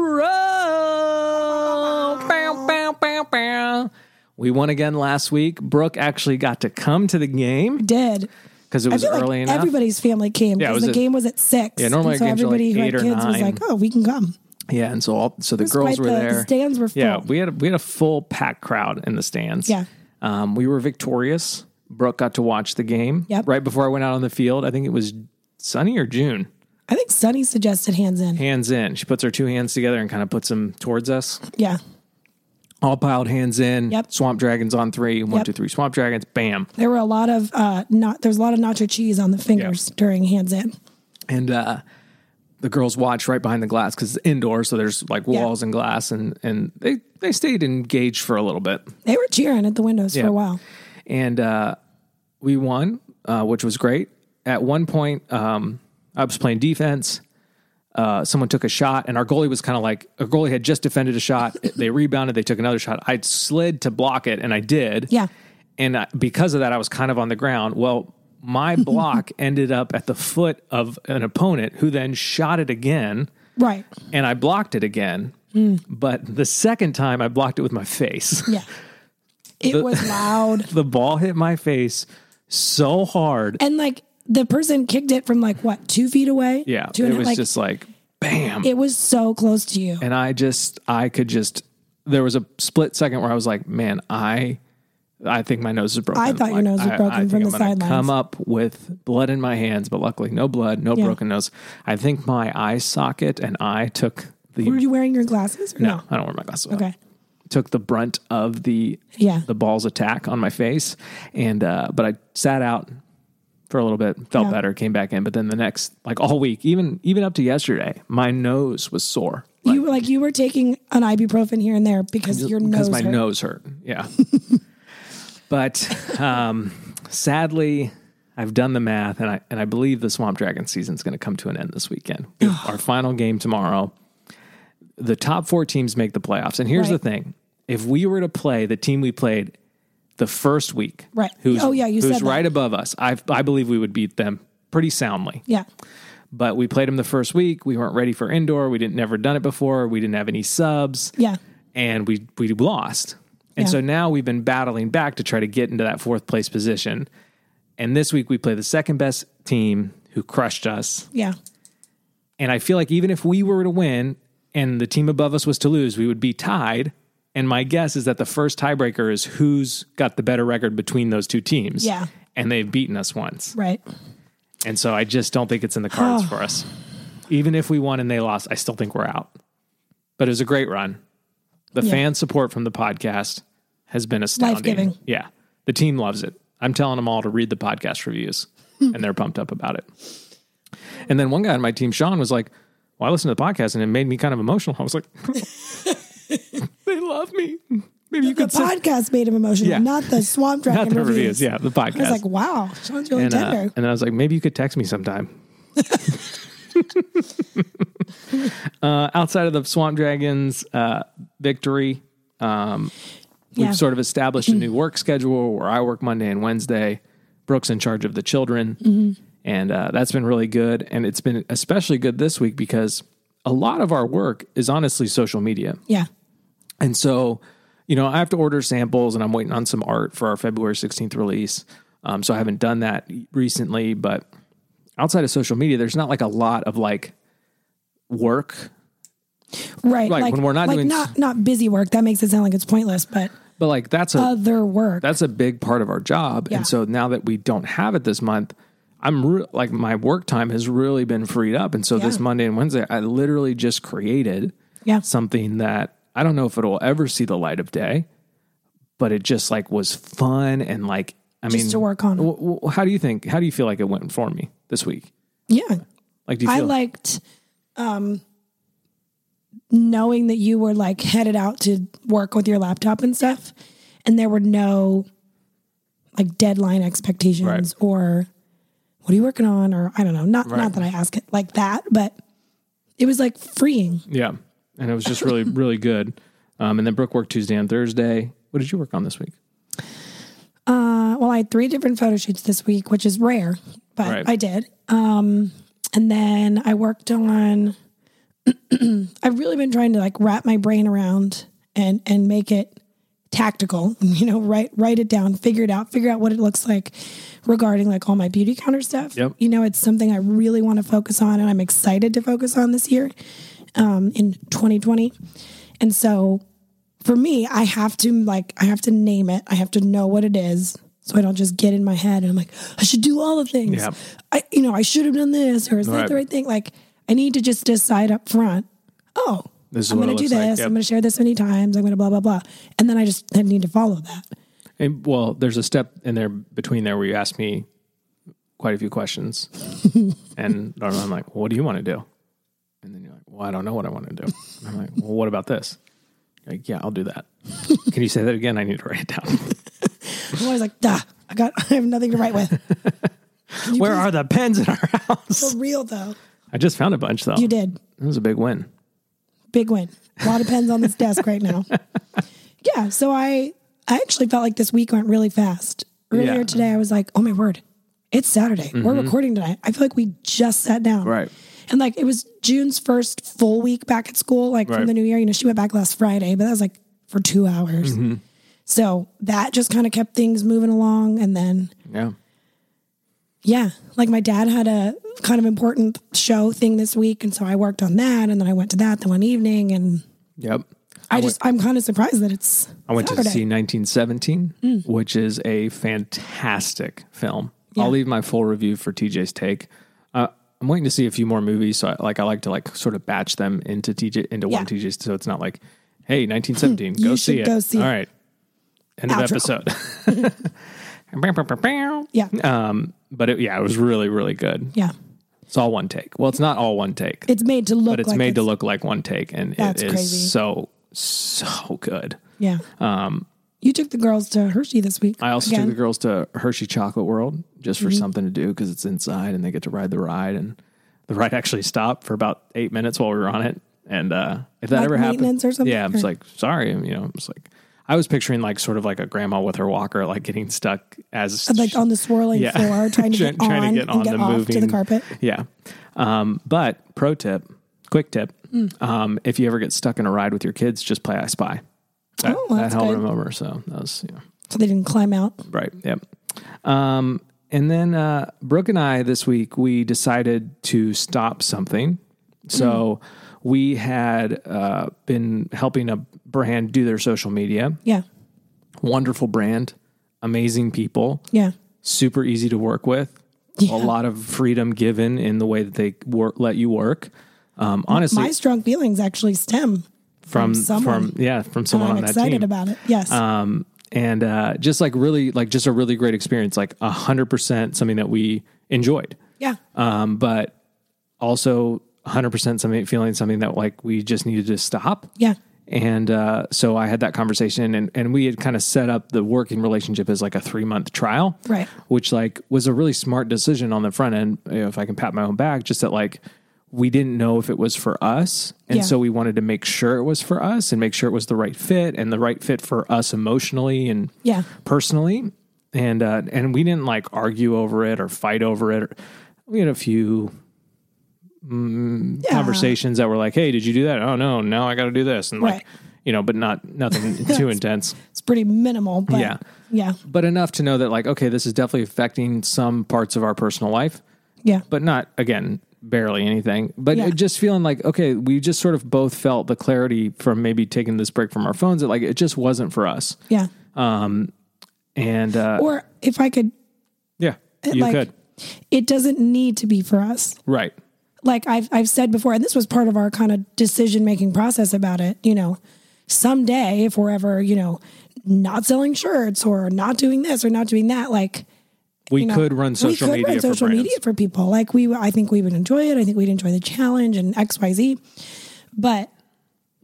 Speaker 1: row. Bow, bow, bow, bow. We won again last week. Brooke actually got to come to the game
Speaker 2: Did
Speaker 1: because it
Speaker 2: I
Speaker 1: was
Speaker 2: feel
Speaker 1: early
Speaker 2: like
Speaker 1: enough.
Speaker 2: everybody's family came
Speaker 1: Yeah, it
Speaker 2: because
Speaker 1: was
Speaker 2: the
Speaker 1: at-
Speaker 2: game was at six. Yeah,
Speaker 1: normally
Speaker 2: so
Speaker 1: games are like
Speaker 2: everybody who
Speaker 1: eight
Speaker 2: had
Speaker 1: or
Speaker 2: kids was
Speaker 1: nine.
Speaker 2: like, "Oh, we can come."
Speaker 1: yeah, and so all so the
Speaker 2: was
Speaker 1: girls
Speaker 2: quite
Speaker 1: were
Speaker 2: the- the
Speaker 1: there.
Speaker 2: stands were
Speaker 1: Yeah,
Speaker 2: full.
Speaker 1: we had a, we had a full packed crowd in the stands.
Speaker 2: Yeah.
Speaker 1: um, we were victorious. Brooke got to watch the game
Speaker 2: Yep.
Speaker 1: right before I went out on the field. I think it was Sunny or June.
Speaker 2: I think Sunny suggested hands in.
Speaker 1: Hands in. She puts her two hands together and kind of puts them towards us.
Speaker 2: Yeah,
Speaker 1: all piled hands in.
Speaker 2: Yep.
Speaker 1: Swamp dragons on three. One,
Speaker 2: Yep.
Speaker 1: two, three. Swamp dragons. Bam.
Speaker 2: there were a lot of uh, not. There's a lot of nacho cheese on the fingers during hands in.
Speaker 1: And uh, the girls watch right behind the glass because it's indoor, so there's like
Speaker 2: Yeah.
Speaker 1: walls and glass, and and they they stayed engaged for a little bit.
Speaker 2: They were cheering at the windows for
Speaker 1: Yeah.
Speaker 2: a while.
Speaker 1: and uh, we won, uh, which was great. At one point, um, I was playing defense. Uh, someone took a shot, and our goalie was kind of like our goalie had just defended a shot. they rebounded. They took another shot. I slid to block it, and I did.
Speaker 2: Yeah.
Speaker 1: And I, because of that, I was kind of on the ground. Well, my block ended up at the foot of an opponent, who then shot it again,
Speaker 2: Right.
Speaker 1: and I blocked it again. But the second time, I blocked it with my face.
Speaker 2: Yeah. It was loud.
Speaker 1: the ball hit my face so hard
Speaker 2: And like the person kicked it from like what, two feet away?
Speaker 1: Yeah,
Speaker 2: Two and
Speaker 1: it was
Speaker 2: like,
Speaker 1: just like bam,
Speaker 2: it was so close to you.
Speaker 1: and I just I could just there was a split second where I was like, man, I I think my nose is broken.
Speaker 2: I thought your
Speaker 1: Like,
Speaker 2: nose was
Speaker 1: I-
Speaker 2: broken
Speaker 1: I think
Speaker 2: from
Speaker 1: I'm
Speaker 2: the
Speaker 1: gonna
Speaker 2: sidelines.
Speaker 1: Come up with blood in my hands, but luckily no blood, no
Speaker 2: Yeah.
Speaker 1: broken nose. I think my eye socket and I took the
Speaker 2: Were you wearing your glasses? Or
Speaker 1: no,
Speaker 2: no.
Speaker 1: I don't wear my glasses.
Speaker 2: Okay.
Speaker 1: took the brunt of the
Speaker 2: Yeah.
Speaker 1: the ball's attack on my face, and uh, but I sat out for a little bit, felt
Speaker 2: Yeah.
Speaker 1: better, came back in, but then the next like all week, even even up to yesterday, my nose was sore.
Speaker 2: you were like you were taking an ibuprofen here and there because your nose.
Speaker 1: because my
Speaker 2: hurt.
Speaker 1: nose hurt. Yeah. but um, sadly, I've done the math, and I and I believe the Swamp Dragon season's going to come to an end this weekend. We have Our final game tomorrow. The top four teams make the playoffs, and here's
Speaker 2: Right.
Speaker 1: the thing: if we were to play the team we played the first week,
Speaker 2: Right.
Speaker 1: Who's,
Speaker 2: Oh, yeah, you
Speaker 1: who's
Speaker 2: said that.
Speaker 1: right above us? I I believe we would beat them pretty soundly
Speaker 2: Yeah.
Speaker 1: but we played them the first week. We weren't ready for indoor. We didn't never done it before. We didn't have any subs.
Speaker 2: Yeah.
Speaker 1: And we we lost. And
Speaker 2: Yeah.
Speaker 1: so now we've been battling back to try to get into that fourth place position. And this week we play the second best team who crushed us.
Speaker 2: Yeah.
Speaker 1: And I feel like even if we were to win and the team above us was to lose, we would be tied. And my guess is that the first tiebreaker is who's got the better record between those two teams.
Speaker 2: Yeah.
Speaker 1: And they've beaten us once.
Speaker 2: Right.
Speaker 1: And so I just don't think it's in the cards for us. Even if we won and they lost, I still think we're out. But it was a great run. The
Speaker 2: Yeah.
Speaker 1: fan support from the podcast has been astounding.
Speaker 2: Life-giving.
Speaker 1: Yeah. The team loves it. I'm telling them all to read the podcast reviews and they're pumped up about it. And then one guy on my team, Sean, was like, Well, I listened to the podcast and it made me kind of emotional. I was like, They love me. Maybe you
Speaker 2: The
Speaker 1: could send
Speaker 2: podcast made him emotional,
Speaker 1: Yeah.
Speaker 2: not the swamp dragon
Speaker 1: out the
Speaker 2: reviews.
Speaker 1: reviews. Yeah, the podcast
Speaker 2: I was like, wow, Sean's really
Speaker 1: and, uh,
Speaker 2: tender.
Speaker 1: and then I was like, maybe you could text me sometime. uh, outside of the Swamp Dragons uh, victory,
Speaker 2: yeah.
Speaker 1: we've sort of established a new work schedule where I work Monday and Wednesday. Brooke's in charge of the children. And uh, that's been really good. And it's been especially good this week because a lot of our work is honestly social media.
Speaker 2: yeah.
Speaker 1: And so, you know, I have to order samples and I'm waiting on some art for our February 16th release. Um, so I haven't done that recently, but outside of social media, there's not like a lot of like work,
Speaker 2: right?
Speaker 1: Right, when we're not
Speaker 2: like
Speaker 1: doing-
Speaker 2: not not busy work. That makes it sound like it's pointless, but
Speaker 1: but like that's a
Speaker 2: other work.
Speaker 1: that's a big part of our job.
Speaker 2: Uh, Yeah.
Speaker 1: And so now that we don't have it this month, I'm re- like my work time has really been freed up. And so this
Speaker 2: Yeah.
Speaker 1: Monday and Wednesday, I literally just created
Speaker 2: yeah,
Speaker 1: something that I don't know if it'll ever see the light of day, but it just like was fun and like I
Speaker 2: Just
Speaker 1: mean
Speaker 2: to work on.
Speaker 1: W- w- how do you think? How do you feel like it went for me this week?
Speaker 2: yeah.
Speaker 1: Like do you
Speaker 2: I
Speaker 1: feel
Speaker 2: liked um, knowing that you were like headed out to work with your laptop and stuff, and there were no like deadline expectations
Speaker 1: Right.
Speaker 2: or what are you working on or I don't know. Not
Speaker 1: Right.
Speaker 2: not that I ask it like that, but it was like freeing.
Speaker 1: yeah, and it was just really really good. Um, and then Brooke worked Tuesday and Thursday. What did you work on this week?
Speaker 2: Uh, well, I had three different photo shoots this week, which is rare, but
Speaker 1: Right.
Speaker 2: I did. Um, and then I worked on. I've really been trying to like wrap my brain around and and make it tactical. You know, write write it down, figure it out, figure out what it looks like regarding like all my beauty counter stuff.
Speaker 1: Yep.
Speaker 2: You know, it's something I really want to focus on, and I'm excited to focus on this year, um, in 2020. And so for me, I have to like I have to name it. I have to know what it is. So I don't just get in my head and I'm like, I should do all the things.
Speaker 1: Yeah.
Speaker 2: I you know, I should have done this or is that
Speaker 1: Right.
Speaker 2: the right thing? Like I need to just decide up front, oh,
Speaker 1: This is
Speaker 2: I'm
Speaker 1: what it
Speaker 2: gonna do
Speaker 1: looks
Speaker 2: this,
Speaker 1: like. Yep.
Speaker 2: I'm gonna share this many times, I'm gonna blah blah blah. And then I just I need to follow that.
Speaker 1: And, well, there's a step in there between there where you asked me quite a few questions, and I'm like, "What do you want to do?" And then you're like, "Well, I don't know what I want to do." And I'm like, "Well, what about this?" You're like, "Yeah, I'll do that." Can you say that again? I need to write it down.
Speaker 2: I'm always like, duh, I got I have nothing to write with. Can you
Speaker 1: Where
Speaker 2: please-
Speaker 1: are the pens in our house?
Speaker 2: for real though?
Speaker 1: I just found a bunch though.
Speaker 2: You did.
Speaker 1: That was a big win.
Speaker 2: big win. A lot of pens on this desk right now. Yeah. So I I actually felt like this week went really fast. Earlier
Speaker 1: Yeah. Mm-hmm.
Speaker 2: today, I was like, oh my word, it's Saturday. We're recording tonight. I feel like we just sat down.
Speaker 1: Right.
Speaker 2: And like it was June's first full week back at school, like
Speaker 1: Right.
Speaker 2: from the new year. You know, she went back last Friday, but that was like for two hours.
Speaker 1: Mm-hmm.
Speaker 2: So that just kind of kept things moving along. And then
Speaker 1: Yeah.
Speaker 2: yeah. Like my dad had a kind of important show thing this week. And so I worked on that. And then I went to that the one evening and
Speaker 1: Yep.
Speaker 2: I, just I'm kind of surprised that it's
Speaker 1: I went
Speaker 2: Saturday.
Speaker 1: to
Speaker 2: Mm.
Speaker 1: see 1917, which is a fantastic film.
Speaker 2: Yeah.
Speaker 1: I'll leave my full review for TJ's take. Uh, I'm waiting to see a few more movies, so I, like I like to like sort of batch them into TJ into one
Speaker 2: Yeah.
Speaker 1: TJ's, so it's not like, hey, 1917, go
Speaker 2: You
Speaker 1: see
Speaker 2: should
Speaker 1: it.
Speaker 2: go see
Speaker 1: All
Speaker 2: it.
Speaker 1: right, end of
Speaker 2: Outro.
Speaker 1: episode.
Speaker 2: Yeah.
Speaker 1: Um, but it, yeah, it was really really good.
Speaker 2: Yeah.
Speaker 1: It's all one take. Well, it's not all one take.
Speaker 2: It's made to look
Speaker 1: but it's
Speaker 2: like
Speaker 1: made
Speaker 2: it's,
Speaker 1: to look like one take and it
Speaker 2: That's
Speaker 1: is
Speaker 2: crazy.
Speaker 1: so so good
Speaker 2: Yeah. Um you took the girls to Hershey this week.
Speaker 1: i also
Speaker 2: again.
Speaker 1: took the girls to hershey chocolate world just for
Speaker 2: Mm-hmm.
Speaker 1: something to do because it's inside and they get to ride the ride and the ride actually stopped for about eight minutes while we were on it and uh if that
Speaker 2: Like
Speaker 1: ever happened
Speaker 2: maintenance or something,
Speaker 1: yeah i'm just
Speaker 2: or-
Speaker 1: like sorry you know it's like i was picturing like sort of like a grandma with her walker like getting stuck as
Speaker 2: like on the swirling
Speaker 1: Yeah.
Speaker 2: floor trying to
Speaker 1: Trying-
Speaker 2: get
Speaker 1: trying to get
Speaker 2: on
Speaker 1: on
Speaker 2: and get
Speaker 1: the
Speaker 2: off to the
Speaker 1: moving-
Speaker 2: carpet.
Speaker 1: Yeah. Um, but pro tip, quick tip.
Speaker 2: Mm.
Speaker 1: Um, if you ever get stuck in a ride with your kids, just play I Spy. That,
Speaker 2: Oh, well,
Speaker 1: that
Speaker 2: that's
Speaker 1: held
Speaker 2: good.
Speaker 1: them over. So that was, you know,
Speaker 2: So they didn't climb out.
Speaker 1: right. Yep. Um, and then uh, Brooke and I this week, we decided to stop something. So
Speaker 2: Hmm.
Speaker 1: we had uh, been helping a brand do their social media.
Speaker 2: Yeah.
Speaker 1: Wonderful brand, amazing people
Speaker 2: Yeah.
Speaker 1: super easy to work with.
Speaker 2: Yeah.
Speaker 1: A lot of freedom given in the way that they work, let you work. Um, honestly,
Speaker 2: My strong feelings actually stem
Speaker 1: from
Speaker 2: someone.
Speaker 1: from yeah, from
Speaker 2: and
Speaker 1: someone
Speaker 2: I'm
Speaker 1: on that
Speaker 2: excited
Speaker 1: team,
Speaker 2: about it. Yes.
Speaker 1: um, and uh, just like really, like just a really great experience. Like hundred percent something that we enjoyed,
Speaker 2: yeah.
Speaker 1: um, but also hundred percent something feeling something that like we just needed to stop.
Speaker 2: Yeah.
Speaker 1: And uh, so I had that conversation, and, and we had kind of set up the working relationship as like a three month trial,
Speaker 2: Right.
Speaker 1: Which like was a really smart decision on the front end. you know, if I can pat my own back, just that like we didn't know if it was for us, and
Speaker 2: Yeah.
Speaker 1: so we wanted to make sure it was for us, and make sure it was the right fit, and the right fit for us emotionally and
Speaker 2: Yeah.
Speaker 1: personally. And uh, and we didn't like argue over it or fight over it. We had a few
Speaker 2: Yeah.
Speaker 1: conversations that were like, "Hey, did you do that? Oh no, now I got to do this," and like,
Speaker 2: Right.
Speaker 1: you know, but not nothing too intense,
Speaker 2: It's pretty minimal, but
Speaker 1: Yeah.
Speaker 2: yeah.
Speaker 1: but enough to know that like, okay, this is definitely affecting some parts of our personal life,
Speaker 2: Yeah.
Speaker 1: but not again barely anything but
Speaker 2: Yeah.
Speaker 1: it just feeling like okay we just sort of both felt the clarity from maybe taking this break from our phones that like it just wasn't for us
Speaker 2: Yeah.
Speaker 1: and uh
Speaker 2: Or if I could,
Speaker 1: yeah you
Speaker 2: like,
Speaker 1: could
Speaker 2: it doesn't need to be for us.
Speaker 1: right
Speaker 2: like I've I've said before, and this was part of our kind of decision making process about it. You know, someday if we're ever you know not selling shirts or not doing this or not doing that, like
Speaker 1: we
Speaker 2: you know,
Speaker 1: could run social
Speaker 2: we
Speaker 1: media
Speaker 2: could run social
Speaker 1: for brands.
Speaker 2: media for people. Like we, I think we would enjoy it. I think we'd enjoy the challenge and X Y Z. But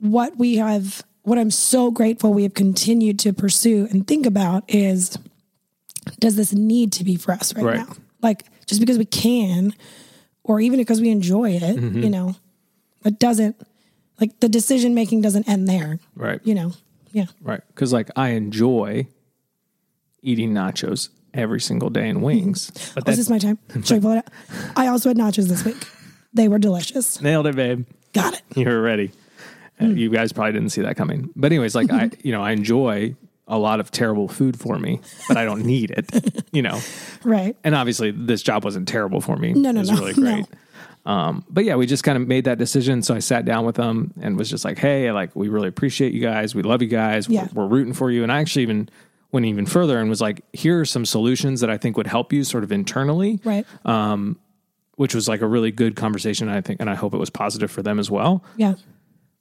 Speaker 2: what we have, what I'm so grateful we have continued to pursue and think about is, does this need to be for us right,
Speaker 1: Right.
Speaker 2: now? Like just because we can, or even because we enjoy it,
Speaker 1: Mm-hmm.
Speaker 2: you know, it doesn't. Like the decision making doesn't end there,
Speaker 1: right
Speaker 2: you know. Yeah,
Speaker 1: Right. Because, like, I enjoy eating nachos every single day and wings. But
Speaker 2: was
Speaker 1: that's
Speaker 2: Oh, this my time? Should Mm-hmm. I pull it out? I also had nachos this week. They were delicious.
Speaker 1: nailed it, babe.
Speaker 2: Got it.
Speaker 1: You were ready. Uh,
Speaker 2: Mm.
Speaker 1: You guys probably didn't see that coming. But, anyways, like, I, you know, I enjoy a lot of terrible food for me, but I don't need it, you know.
Speaker 2: Right.
Speaker 1: And obviously, this job wasn't terrible for me.
Speaker 2: No,
Speaker 1: It
Speaker 2: no,
Speaker 1: was
Speaker 2: no,
Speaker 1: really great. Um, but yeah, we just kind of made that decision. So I sat down with them and was just like, "Hey, like we really appreciate you guys. We love you guys.
Speaker 2: Yeah.
Speaker 1: We're, we're rooting for you." And I actually even went even further and was like, "Here are some solutions that I think would help you, sort of internally."
Speaker 2: Right.
Speaker 1: Which was like a really good conversation. I think, and I hope it was positive for them as well.
Speaker 2: yeah.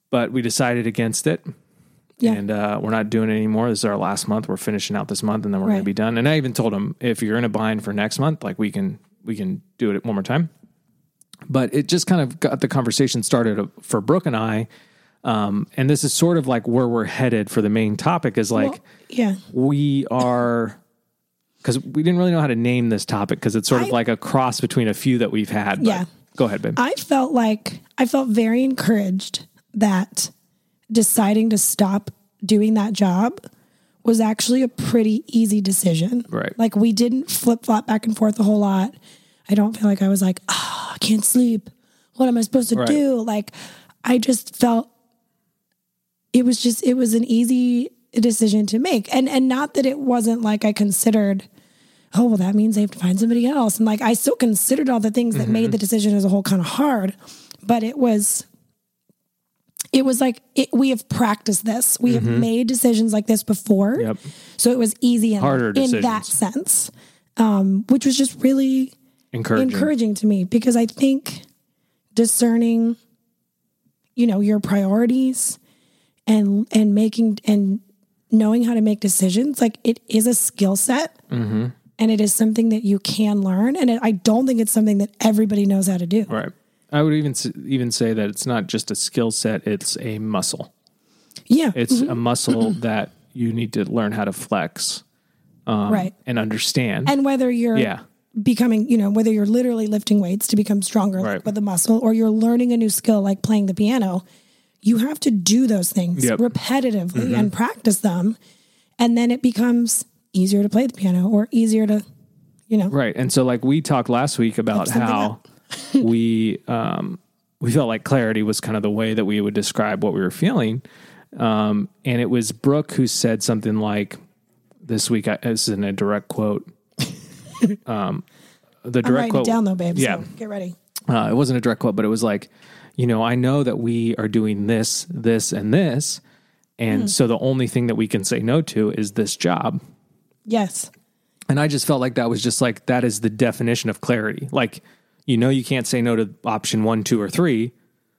Speaker 1: But we decided against it.
Speaker 2: Yeah.
Speaker 1: And uh, we're not doing it anymore. This is our last month. We're finishing out this month, and then we're going
Speaker 2: Right.
Speaker 1: to be done. And I even told them if you're in a bind for next month, like we can we can do it one more time. But it just kind of got the conversation started for Brooke and I. Um, and this is sort of like where we're headed for the main topic is like
Speaker 2: yeah.
Speaker 1: we are because we didn't really know how to name this topic because it's sort
Speaker 2: I-
Speaker 1: of like a cross between a few that we've had. but-
Speaker 2: Yeah. Uh,
Speaker 1: Go ahead, babe.
Speaker 2: I felt like I felt very encouraged that deciding to stop doing that job was actually a pretty easy decision.
Speaker 1: Right.
Speaker 2: Like we didn't flip flop back and forth a whole lot. I don't feel like I was like, ah, I can't sleep. What am I supposed to
Speaker 1: Right.
Speaker 2: do? Like I just felt it was just it was an easy decision to make. And and not that it wasn't like I considered oh well that means they have to find somebody else and like i still considered all the things that made
Speaker 1: Mm-hmm.
Speaker 2: the decision as a whole kind of hard but it was it was like it, we have practiced this we have made decisions like this before
Speaker 1: Mm-hmm. Yep.
Speaker 2: so it was easy in,
Speaker 1: Harder
Speaker 2: in that
Speaker 1: decisions.
Speaker 2: sense um, which was just really
Speaker 1: Encouraging.
Speaker 2: encouraging to me because I think discerning, you know, your priorities and and making and knowing how to make decisions, like it is a skill set,
Speaker 1: Mm-hmm.
Speaker 2: and it is something that you can learn. And it, I don't think it's something that everybody knows how to do.
Speaker 1: Right. I would even s- even say that it's not just a skill set; it's a muscle.
Speaker 2: Yeah,
Speaker 1: It's a muscle
Speaker 2: Mm-hmm.
Speaker 1: that you need to learn how to flex
Speaker 2: right.
Speaker 1: and understand.
Speaker 2: And whether you're
Speaker 1: um, yeah,
Speaker 2: becoming, you know, whether you're literally lifting weights to become stronger like,
Speaker 1: Right.
Speaker 2: with a muscle or you're learning a new skill like playing the piano, you have to do those things
Speaker 1: Yep. Mm-hmm.
Speaker 2: repetitively and practice them. And then it becomes easier to play the piano or easier to, you know,
Speaker 1: right. And so, like we talked last week about
Speaker 2: something
Speaker 1: how we um, we felt like clarity was kind of the way that we would describe what we were feeling. Um, and it was Brooke who said something like, "This week, I, this isn't a direct quote." um, the
Speaker 2: I'm
Speaker 1: direct
Speaker 2: writing
Speaker 1: quote
Speaker 2: it down though, babe.
Speaker 1: Yeah.
Speaker 2: So get ready.
Speaker 1: uh, it wasn't a direct quote, but it was like, you know, I know that we are doing this, this, and this. And
Speaker 2: Hmm.
Speaker 1: so the only thing that we can say no to is this job.
Speaker 2: Yes.
Speaker 1: And I just felt like that was just like, that is the definition of clarity. Like, you know, you can't say no to option one, two, or three.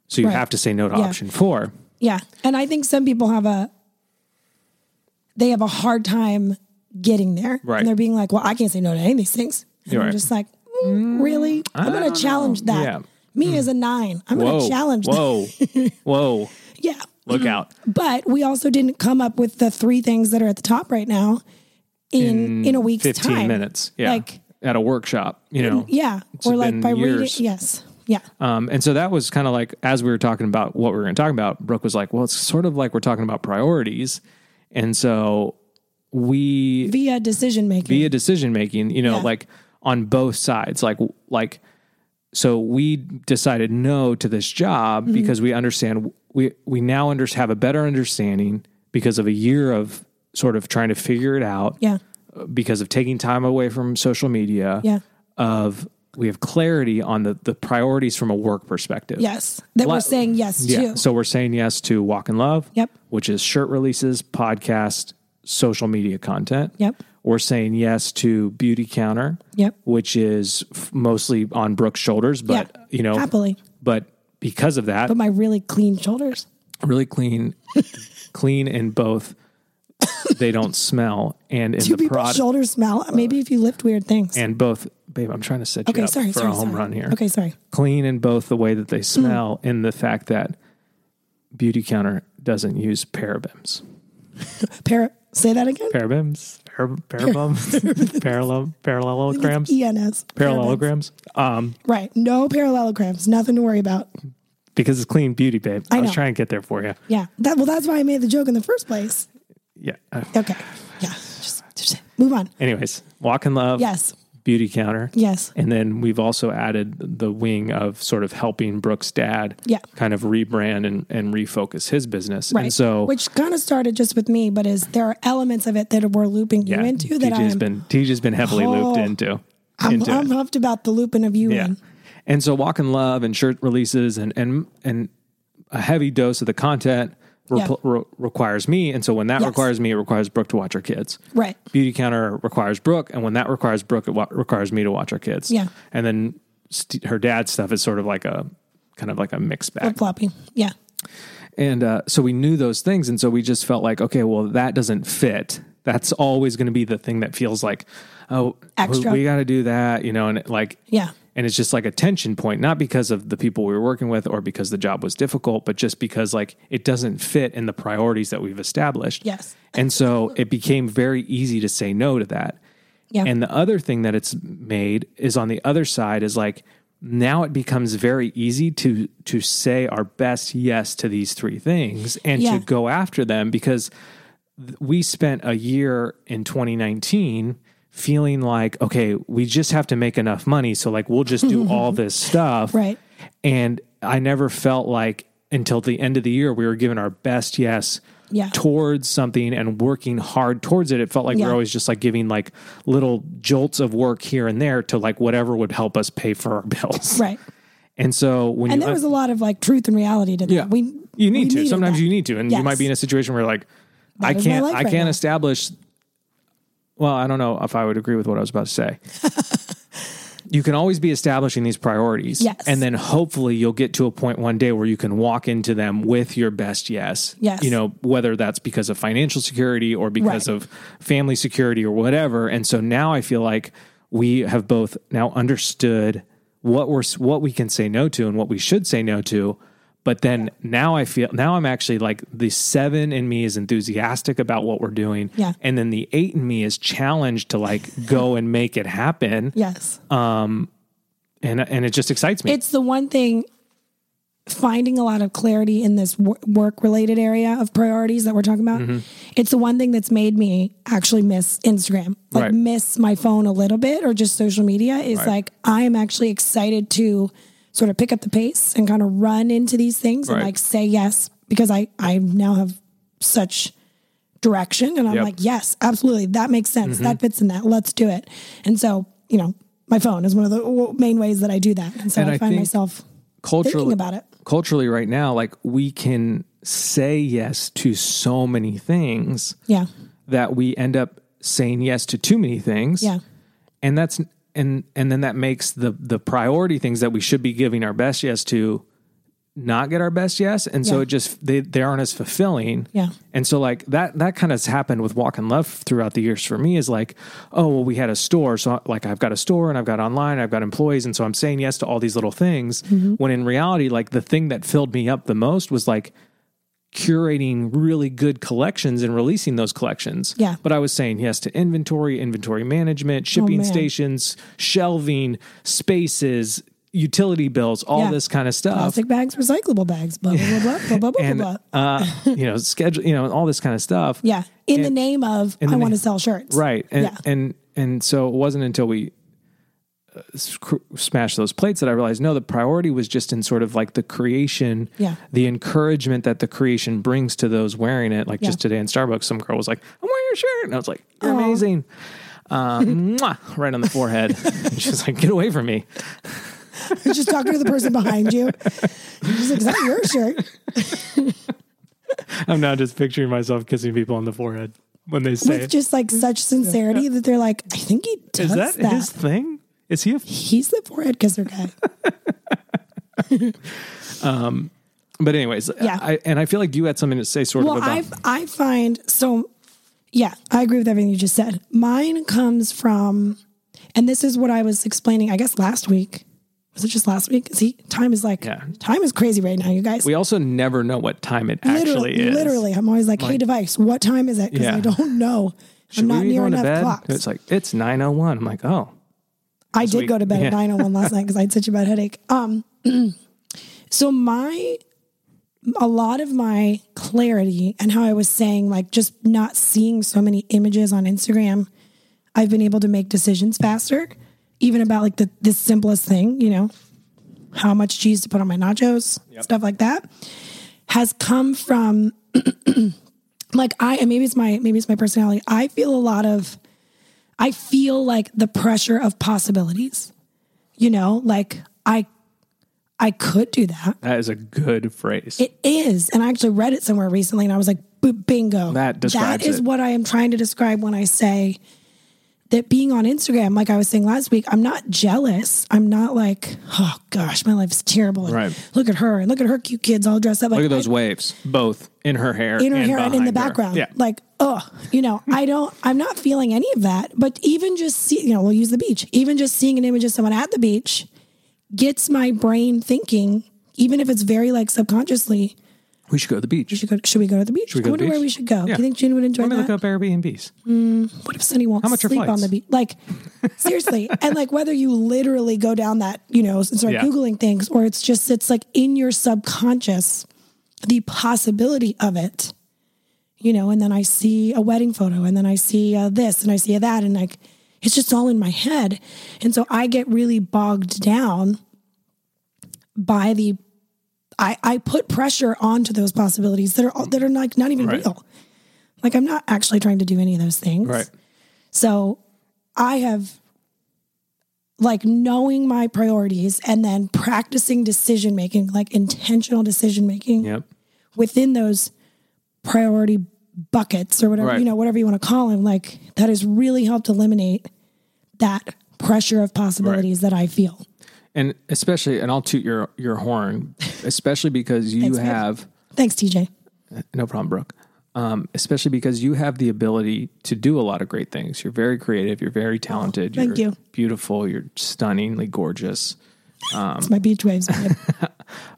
Speaker 1: So you
Speaker 2: Right.
Speaker 1: have to say no to
Speaker 2: Yeah.
Speaker 1: option four.
Speaker 2: Yeah. And I think some people have a they have a hard time getting there.
Speaker 1: Right.
Speaker 2: And they're being like, Well, I can't say no to any of these things. And
Speaker 1: You're
Speaker 2: I'm
Speaker 1: right. Ah,
Speaker 2: just like, "Mm, really? I'm gonna challenge that.
Speaker 1: Yeah. Hmm.
Speaker 2: Me as a nine. I'm gonna challenge that.
Speaker 1: whoa, whoa,
Speaker 2: Yeah.
Speaker 1: look out.
Speaker 2: But we also didn't come up with the three things that are at the top right now in in, a week's
Speaker 1: 15
Speaker 2: time.
Speaker 1: minutes. Yeah.
Speaker 2: Like-
Speaker 1: at a workshop, you know.
Speaker 2: Yeah.
Speaker 1: It's
Speaker 2: or like
Speaker 1: been
Speaker 2: by
Speaker 1: years.
Speaker 2: reading yes. Yeah.
Speaker 1: Um, and so that was kind of like as we were talking about what we were going to talk about, Brooke was like, "Well, it's sort of like we're talking about priorities," and so we
Speaker 2: Via decision making.
Speaker 1: via decision making, you know,
Speaker 2: Yeah.
Speaker 1: like on both sides, like like so we decided no to this job because we understand we we now under, have a better understanding because of a year of sort of trying to figure it out
Speaker 2: yeah.
Speaker 1: because of taking time away from social media
Speaker 2: Yeah.
Speaker 1: of we have clarity on the the priorities from a work perspective.
Speaker 2: Yes. That we're
Speaker 1: Lot-
Speaker 2: saying yes
Speaker 1: Yeah.
Speaker 2: to.
Speaker 1: So we're saying yes to Walk in Love.
Speaker 2: Yep.
Speaker 1: Which is shirt releases, podcast, social media content.
Speaker 2: Yep.
Speaker 1: We're saying yes to Beauty Counter.
Speaker 2: Yep.
Speaker 1: Which is f- mostly on Brooke's shoulders, but
Speaker 2: Yeah.
Speaker 1: you know,
Speaker 2: Happily.
Speaker 1: But because of that,
Speaker 2: But my really clean shoulders.
Speaker 1: really clean, clean in both. they don't smell, and in
Speaker 2: Do
Speaker 1: the
Speaker 2: people's
Speaker 1: product, Uh,
Speaker 2: shoulders smell? Maybe if you lift weird things.
Speaker 1: and both. Babe, I'm trying to set you
Speaker 2: okay,
Speaker 1: up
Speaker 2: sorry,
Speaker 1: for
Speaker 2: sorry,
Speaker 1: a home
Speaker 2: sorry.
Speaker 1: run here.
Speaker 2: Okay, Mm. sorry.
Speaker 1: clean in both the way that they smell and the fact that Beauty Counter doesn't use parabens.
Speaker 2: Para- say that again.
Speaker 1: Parabens? Par- parabums? Parallel, parallelograms?
Speaker 2: ENS.
Speaker 1: Parallelograms? Um,
Speaker 2: Right. No parallelograms. Nothing to worry about.
Speaker 1: because it's clean beauty, babe. I,
Speaker 2: I
Speaker 1: was
Speaker 2: know.
Speaker 1: trying to get there for you.
Speaker 2: Yeah. That well, that's why I made the joke in the first place.
Speaker 1: Yeah. Uh,
Speaker 2: Okay. Yeah. Just, just move on.
Speaker 1: anyways, walk in love.
Speaker 2: Yes.
Speaker 1: Beauty counter.
Speaker 2: Yes.
Speaker 1: And then we've also added the wing of sort of helping Brooke's dad
Speaker 2: Yeah.
Speaker 1: kind of rebrand and, and refocus his business.
Speaker 2: Right.
Speaker 1: And so
Speaker 2: which kind of started just with me, but is there are elements of it that we're looping you into that
Speaker 1: TJ's
Speaker 2: I'm,
Speaker 1: been TJ's been heavily looped
Speaker 2: Oh,
Speaker 1: into.
Speaker 2: I'm,
Speaker 1: into it.
Speaker 2: I'm huffed about the looping of you
Speaker 1: Yeah.
Speaker 2: in.
Speaker 1: And so Walk in Love and shirt releases and and and a heavy dose of the content re-
Speaker 2: Yeah.
Speaker 1: re- requires me. And so when that
Speaker 2: Yes.
Speaker 1: requires me, it requires Brooke to watch her kids.
Speaker 2: Right.
Speaker 1: Beauty Counter requires Brooke, and when that requires Brooke, it wa- requires me to watch her kids.
Speaker 2: Yeah.
Speaker 1: And then st- her dad's stuff is sort of like a kind of like a mixed bag.
Speaker 2: Flip floppy. Yeah.
Speaker 1: And uh, so we knew those things. And so we just felt like, okay, well, that doesn't fit. That's always going to be the thing that feels like, oh,
Speaker 2: Extra.
Speaker 1: we got to do that, you know, and it, like,
Speaker 2: Yeah.
Speaker 1: And it's just like a tension point, not because of the people we were working with or because the job was difficult, but just because like it doesn't fit in the priorities that we've established.
Speaker 2: Yes.
Speaker 1: And so it became very easy to say no to that.
Speaker 2: Yeah.
Speaker 1: And the other thing that it's made is on the other side is like now it becomes very easy to to say our best yes to these three things and
Speaker 2: Yeah.
Speaker 1: to go after them because th- we spent a year in 2019 feeling like okay, we just have to make enough money so like we'll just do all this stuff.
Speaker 2: Right.
Speaker 1: And I never felt like until the end of the year we were given our best yes
Speaker 2: Yeah.
Speaker 1: towards something and working hard towards it. It felt like we
Speaker 2: Yeah.
Speaker 1: were always just like giving like little jolts of work here and there to like whatever would help us pay for our bills.
Speaker 2: Right.
Speaker 1: And so when
Speaker 2: And
Speaker 1: you
Speaker 2: there was a lot of like truth and reality to that.
Speaker 1: yeah,
Speaker 2: We
Speaker 1: you need to. Sometimes you
Speaker 2: need.
Speaker 1: need to, and you
Speaker 2: Yes.
Speaker 1: might be in a situation where like I
Speaker 2: is my
Speaker 1: can't,
Speaker 2: life
Speaker 1: I
Speaker 2: right
Speaker 1: can't
Speaker 2: now.
Speaker 1: establish. Well, I don't know if I would agree with what I was about to say. you can always be establishing these priorities,
Speaker 2: Yes.
Speaker 1: and then hopefully you'll get to a point one day where you can walk into them with your best yes.
Speaker 2: Yes.
Speaker 1: you know whether that's because of financial security or because
Speaker 2: Right.
Speaker 1: of family security or whatever. And so now I feel like we have both now understood what we're what we can say no to and what we should say no to. But then now I feel now I'm actually like the seven in me is enthusiastic about what we're doing.
Speaker 2: Yeah.
Speaker 1: And then the eight in me is challenged to like go and make it happen.
Speaker 2: Yes.
Speaker 1: Um, And and it just excites me.
Speaker 2: it's the one thing finding a lot of clarity in this work related area of priorities that we're talking about
Speaker 1: Mm-hmm.
Speaker 2: it's the one thing that's made me actually miss instagram like
Speaker 1: Right.
Speaker 2: miss my phone a little bit or just social media is
Speaker 1: Right.
Speaker 2: like i am actually excited to sort of pick up the pace and kind of run into these things
Speaker 1: Right.
Speaker 2: and like say yes because i i now have such direction. And
Speaker 1: Yep.
Speaker 2: I'm
Speaker 1: Mm-hmm.
Speaker 2: like, yes, absolutely. That makes sense. That fits in that. Let's do it. And so, you know, my phone is one of the w- main ways that I do that. And so
Speaker 1: And
Speaker 2: I,
Speaker 1: I
Speaker 2: find
Speaker 1: think
Speaker 2: myself
Speaker 1: culturally
Speaker 2: thinking about it.
Speaker 1: culturally right now, like we can say yes to so many things.
Speaker 2: Yeah.
Speaker 1: that we end up saying yes to too many things.
Speaker 2: Yeah.
Speaker 1: And that's and and then that makes the the priority things that we should be giving our best yes to not get our best yes. And so
Speaker 2: Yeah.
Speaker 1: it just they they aren't as fulfilling.
Speaker 2: Yeah.
Speaker 1: And so like that that kind of has happened with walk and love throughout the years for me is like, oh well we had a store. So like I've got a store and I've got online, I've got employees, and so I'm saying yes to all these little things.
Speaker 2: Mm-hmm.
Speaker 1: When in reality, like the thing that filled me up the most was like curating really good collections and releasing those collections.
Speaker 2: Yeah.
Speaker 1: But I was saying yes to inventory, inventory management, shipping
Speaker 2: Oh, man.
Speaker 1: stations, shelving, spaces, utility bills, all
Speaker 2: Yeah.
Speaker 1: this kind of stuff.
Speaker 2: Plastic bags, recyclable bags, blah, blah, blah, blah, blah, blah, blah,
Speaker 1: Uh, And
Speaker 2: blah.
Speaker 1: uh, you know, schedule, you know, all this kind of stuff.
Speaker 2: Yeah. In the name of, I
Speaker 1: the
Speaker 2: want to
Speaker 1: name-
Speaker 2: sell shirts.
Speaker 1: Right. And
Speaker 2: Yeah.
Speaker 1: and and so it wasn't until we uh, sc- smashed those plates that I realized no, the priority was just in sort of like the creation,
Speaker 2: Yeah.
Speaker 1: the encouragement that the creation brings to those wearing it. Like just today in Starbucks, some girl was like, "I'm wearing your shirt," and I was like, "You're "Amazing." uh, mwah, right on the forehead. She's like, get away from me.
Speaker 2: just talking to the person behind you. She's like, is that your shirt?
Speaker 1: I'm now just picturing myself kissing people on the forehead when they say
Speaker 2: With
Speaker 1: it.
Speaker 2: just like such sincerity that they're like, I think he does
Speaker 1: Is that,
Speaker 2: that.
Speaker 1: his thing? Is he a
Speaker 2: He's the forehead kisser guy.
Speaker 1: But anyways,
Speaker 2: Yeah.
Speaker 1: I, and I feel like you had something to say sort
Speaker 2: Well,
Speaker 1: of about.
Speaker 2: I I find so. Yeah, I agree with everything you just said. Mine comes from, and this is what I was explaining. I guess last week was it just last week? See, time is like
Speaker 1: Yeah.
Speaker 2: time is crazy right now, you guys.
Speaker 1: we also never know what time it actually
Speaker 2: literally,
Speaker 1: is.
Speaker 2: literally, I'm always like, "Hey, device, what time is it?" Because
Speaker 1: Yeah.
Speaker 2: I don't know. I'm
Speaker 1: Should
Speaker 2: not
Speaker 1: we be
Speaker 2: near
Speaker 1: going to
Speaker 2: enough
Speaker 1: bed?
Speaker 2: clocks.
Speaker 1: It's like it's nine oh one. I'm like, oh,
Speaker 2: I did
Speaker 1: week.
Speaker 2: go to bed
Speaker 1: Yeah.
Speaker 2: at 901 last night because I had such a bad headache. Um, so my, a lot of my clarity and how I was saying, like just not seeing so many images on Instagram, I've been able to make decisions faster, even about like the, the simplest thing, you know, how much cheese to put on my nachos, stuff like that has come from like I and maybe it's my maybe it's my personality. I feel a lot of I feel like the pressure of possibilities. You know, like I I could do that.
Speaker 1: that is a good phrase.
Speaker 2: It is. And I actually read it somewhere recently and I was like, "B- bingo.
Speaker 1: That describes
Speaker 2: That is
Speaker 1: it.
Speaker 2: what I am trying to describe when I say that being on Instagram, like I was saying last week, I'm not jealous. I'm not like, oh gosh, my life's terrible. And
Speaker 1: Right.
Speaker 2: Look at her and look at her cute kids all dressed up. Like,
Speaker 1: Look at
Speaker 2: I-
Speaker 1: those waves, both in her hair,
Speaker 2: in her
Speaker 1: and
Speaker 2: hair and in the
Speaker 1: behind her.
Speaker 2: background.
Speaker 1: Yeah,
Speaker 2: Like, oh, you know, I don't, I'm not feeling any of that. But even just see, you know, we'll use the beach. Even just seeing an image of someone at the beach gets my brain thinking, even if it's very like subconsciously,
Speaker 1: we should go to the beach.
Speaker 2: we should, go, should we go to the beach?
Speaker 1: we go to
Speaker 2: I
Speaker 1: the
Speaker 2: wonder where
Speaker 1: beach?
Speaker 2: we should go.
Speaker 1: Yeah.
Speaker 2: Do you think June would enjoy
Speaker 1: Let me
Speaker 2: that?
Speaker 1: look up Airbnbs.
Speaker 2: What if Sunny won't
Speaker 1: How much are
Speaker 2: sleep on
Speaker 1: flights?
Speaker 2: the beach? Like, seriously. and like whether you literally go down that, you know, and start
Speaker 1: Yeah.
Speaker 2: Googling things or it's just, it's like in your subconscious, the possibility of it, you know, and then I see a wedding photo and then I see uh, this and I see that. And like, it's just all in my head. And so I get really bogged down by the, I, I put pressure onto those possibilities that are, that are like not even
Speaker 1: Right.
Speaker 2: real. Like I'm not actually trying to do any of those things.
Speaker 1: Right.
Speaker 2: So I have like knowing my priorities and then practicing decision making, like intentional decision making
Speaker 1: Yep.
Speaker 2: within those priority buckets or whatever,
Speaker 1: Right.
Speaker 2: you know, whatever you want to call them, like that has really helped eliminate that pressure of possibilities that I feel.
Speaker 1: And especially, and I'll toot your your horn, especially because you
Speaker 2: Thanks, babe.
Speaker 1: have.
Speaker 2: Thanks,
Speaker 1: Um,
Speaker 2: TJ.
Speaker 1: No problem, Brooke. Um, especially because you have the ability to do a lot of great things. You're very creative. You're very talented.
Speaker 2: thank
Speaker 1: you're
Speaker 2: you.
Speaker 1: Beautiful. You're stunningly gorgeous.
Speaker 2: it's my beach waves. babe.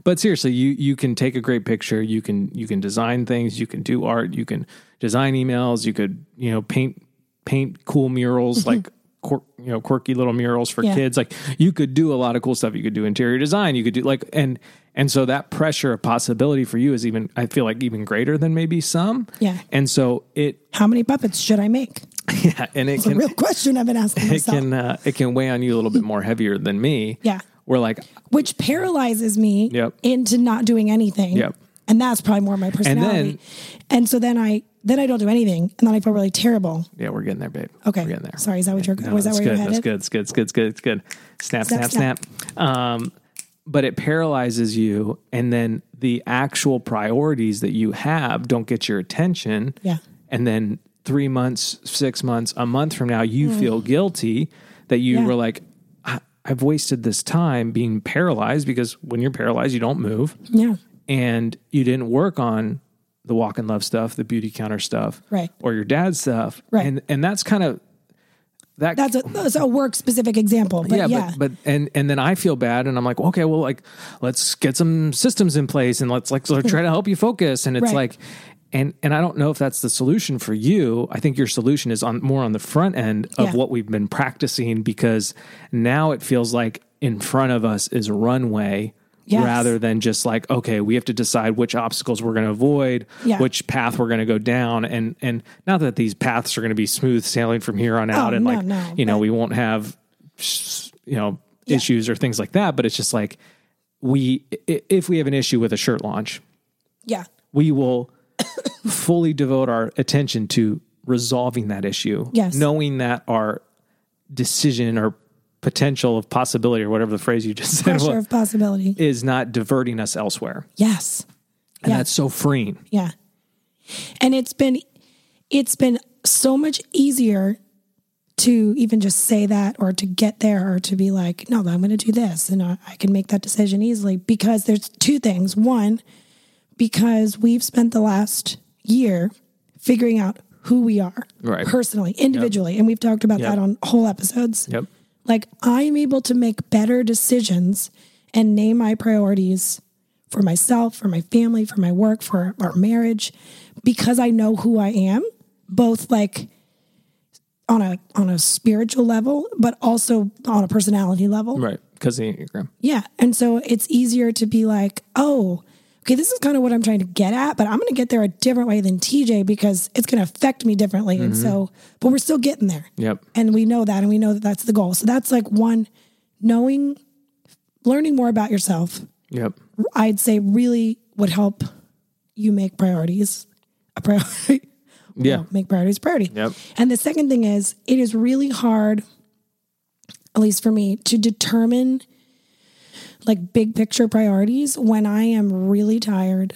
Speaker 1: But seriously, you you can take a great picture. You can you can design things. You can do art. You can design emails. You could you know paint paint cool murals like. Quirk, you know, quirky little murals for
Speaker 2: Mm-hmm. Yeah.
Speaker 1: kids. Like you could do a lot of cool stuff. You could do interior design. You could do like and and so that pressure of possibility for you is even I feel like even greater than maybe some.
Speaker 2: Yeah.
Speaker 1: And so it
Speaker 2: How many puppets should I make?
Speaker 1: Yeah, and it
Speaker 2: It's a
Speaker 1: can
Speaker 2: real question I've been asking
Speaker 1: it
Speaker 2: myself.
Speaker 1: can uh, it can weigh on you a little bit more heavier than me.
Speaker 2: Yeah.
Speaker 1: we're like,
Speaker 2: which paralyzes me
Speaker 1: Yep.
Speaker 2: into not doing anything.
Speaker 1: Yep.
Speaker 2: And that's probably more my personality. And, so then I then I don't do anything, and then I feel really terrible.
Speaker 1: yeah, we're getting there, babe.
Speaker 2: Okay.
Speaker 1: we're getting there.
Speaker 2: Sorry, is that what you're?
Speaker 1: No,
Speaker 2: was that
Speaker 1: that's
Speaker 2: where
Speaker 1: good.
Speaker 2: you're
Speaker 1: That's
Speaker 2: headed?
Speaker 1: good. It's good. It's good. It's good. It's good. Snap, snap,
Speaker 2: Snap,
Speaker 1: snap. Um, but it paralyzes you, and then the actual priorities that you have don't get your attention.
Speaker 2: Yeah.
Speaker 1: and then three months, six months, a month from now, you feel guilty that you
Speaker 2: Mm. Yeah.
Speaker 1: were like. "I- I've wasted this time being paralyzed because when you're paralyzed, you don't move.
Speaker 2: Yeah.
Speaker 1: and you didn't work on the walk and love stuff, the beauty counter stuff,
Speaker 2: Right.
Speaker 1: or your dad's stuff,
Speaker 2: Right.
Speaker 1: And and that's kind of that.
Speaker 2: That's a, that's a work specific example, but yeah,
Speaker 1: but, but and and then I feel bad, and I'm like, okay, well, like let's get some systems in place, and let's like sort of try to help you focus, and it's
Speaker 2: Right.
Speaker 1: like. And, and I don't know if that's the solution for you. I think your solution is on more on the front end of
Speaker 2: Yeah.
Speaker 1: what we've been practicing because now it feels like in front of us is runway
Speaker 2: Yes.
Speaker 1: rather than just like okay we have to decide which obstacles we're going to avoid
Speaker 2: Yeah.
Speaker 1: which path we're going to go down and and not that these paths are going to be smooth sailing from here on out and
Speaker 2: Oh, no,
Speaker 1: like
Speaker 2: no,
Speaker 1: you know
Speaker 2: but-
Speaker 1: we won't have sh- you know issues or things like that but it's just like we i- if we have an issue with a shirt launch
Speaker 2: yeah,
Speaker 1: we will fully devote our attention to resolving that issue.
Speaker 2: Yes.
Speaker 1: Knowing that our decision or potential of possibility or whatever the phrase you just said
Speaker 2: Pressure
Speaker 1: was,
Speaker 2: of possibility.
Speaker 1: is not diverting us elsewhere.
Speaker 2: yes.
Speaker 1: And
Speaker 2: Yeah.
Speaker 1: that's so freeing.
Speaker 2: Yeah. And it's been it's been so much easier to even just say that or to get there or to be like, no, I'm going to do this and I, I can make that decision easily because there's two things. One, because we've spent the last year figuring out who we are
Speaker 1: Right.
Speaker 2: personally, individually. And we've talked about
Speaker 1: Yep.
Speaker 2: that on whole episodes.
Speaker 1: Yep.
Speaker 2: Like I'm able to make better decisions and name my priorities for myself, for my family, for my work, for our marriage, because I know who I am, both like on a on a spiritual level, but also on a personality level.
Speaker 1: Right. Because the Enneagram.
Speaker 2: Yeah. And so it's easier to be like, oh, okay, this is kind of what I'm trying to get at, but I'm going to get there a different way than TJ because it's going to affect me differently. And so, but we're still getting there.
Speaker 1: Yep.
Speaker 2: And we know that, and we know that that's the goal. So that's like one, knowing, learning more about yourself,
Speaker 1: Yep.
Speaker 2: I'd say really would help you make priorities a priority.
Speaker 1: Yeah.
Speaker 2: Well, make priorities a priority.
Speaker 1: Yep.
Speaker 2: And the second thing is, it is really hard, at least for me, to determine like big picture priorities when I am really tired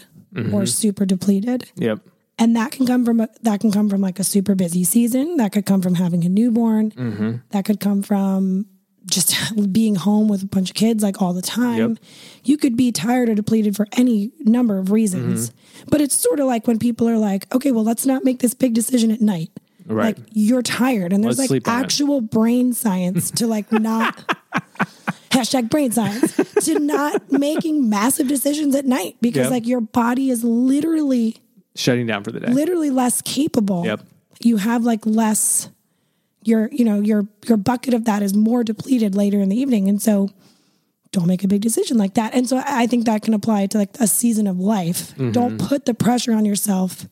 Speaker 2: or super depleted
Speaker 1: Yep.
Speaker 2: and that can come from a, that can come from like a super busy season that could come from having a newborn
Speaker 1: Mm-hmm.
Speaker 2: that could come from just being home with a bunch of kids like all the time
Speaker 1: Yep.
Speaker 2: you could be tired or depleted for any number of reasons
Speaker 1: Mm-hmm.
Speaker 2: but it's sort of like when people are like okay well let's not make this big decision at night
Speaker 1: Right.
Speaker 2: like you're tired and there's
Speaker 1: Let's
Speaker 2: like
Speaker 1: sleep on it.
Speaker 2: actual brain science to like not hashtag brain science to not making massive decisions at night because
Speaker 1: Yep.
Speaker 2: like your body is literally
Speaker 1: Shutting down for the day.
Speaker 2: literally less capable.
Speaker 1: Yep.
Speaker 2: You have like less your you know your your bucket of that is more depleted later in the evening and so don't make a big decision like that. And so I I think that can apply to like a season of life.
Speaker 1: Mm-hmm.
Speaker 2: Don't put the pressure on yourself.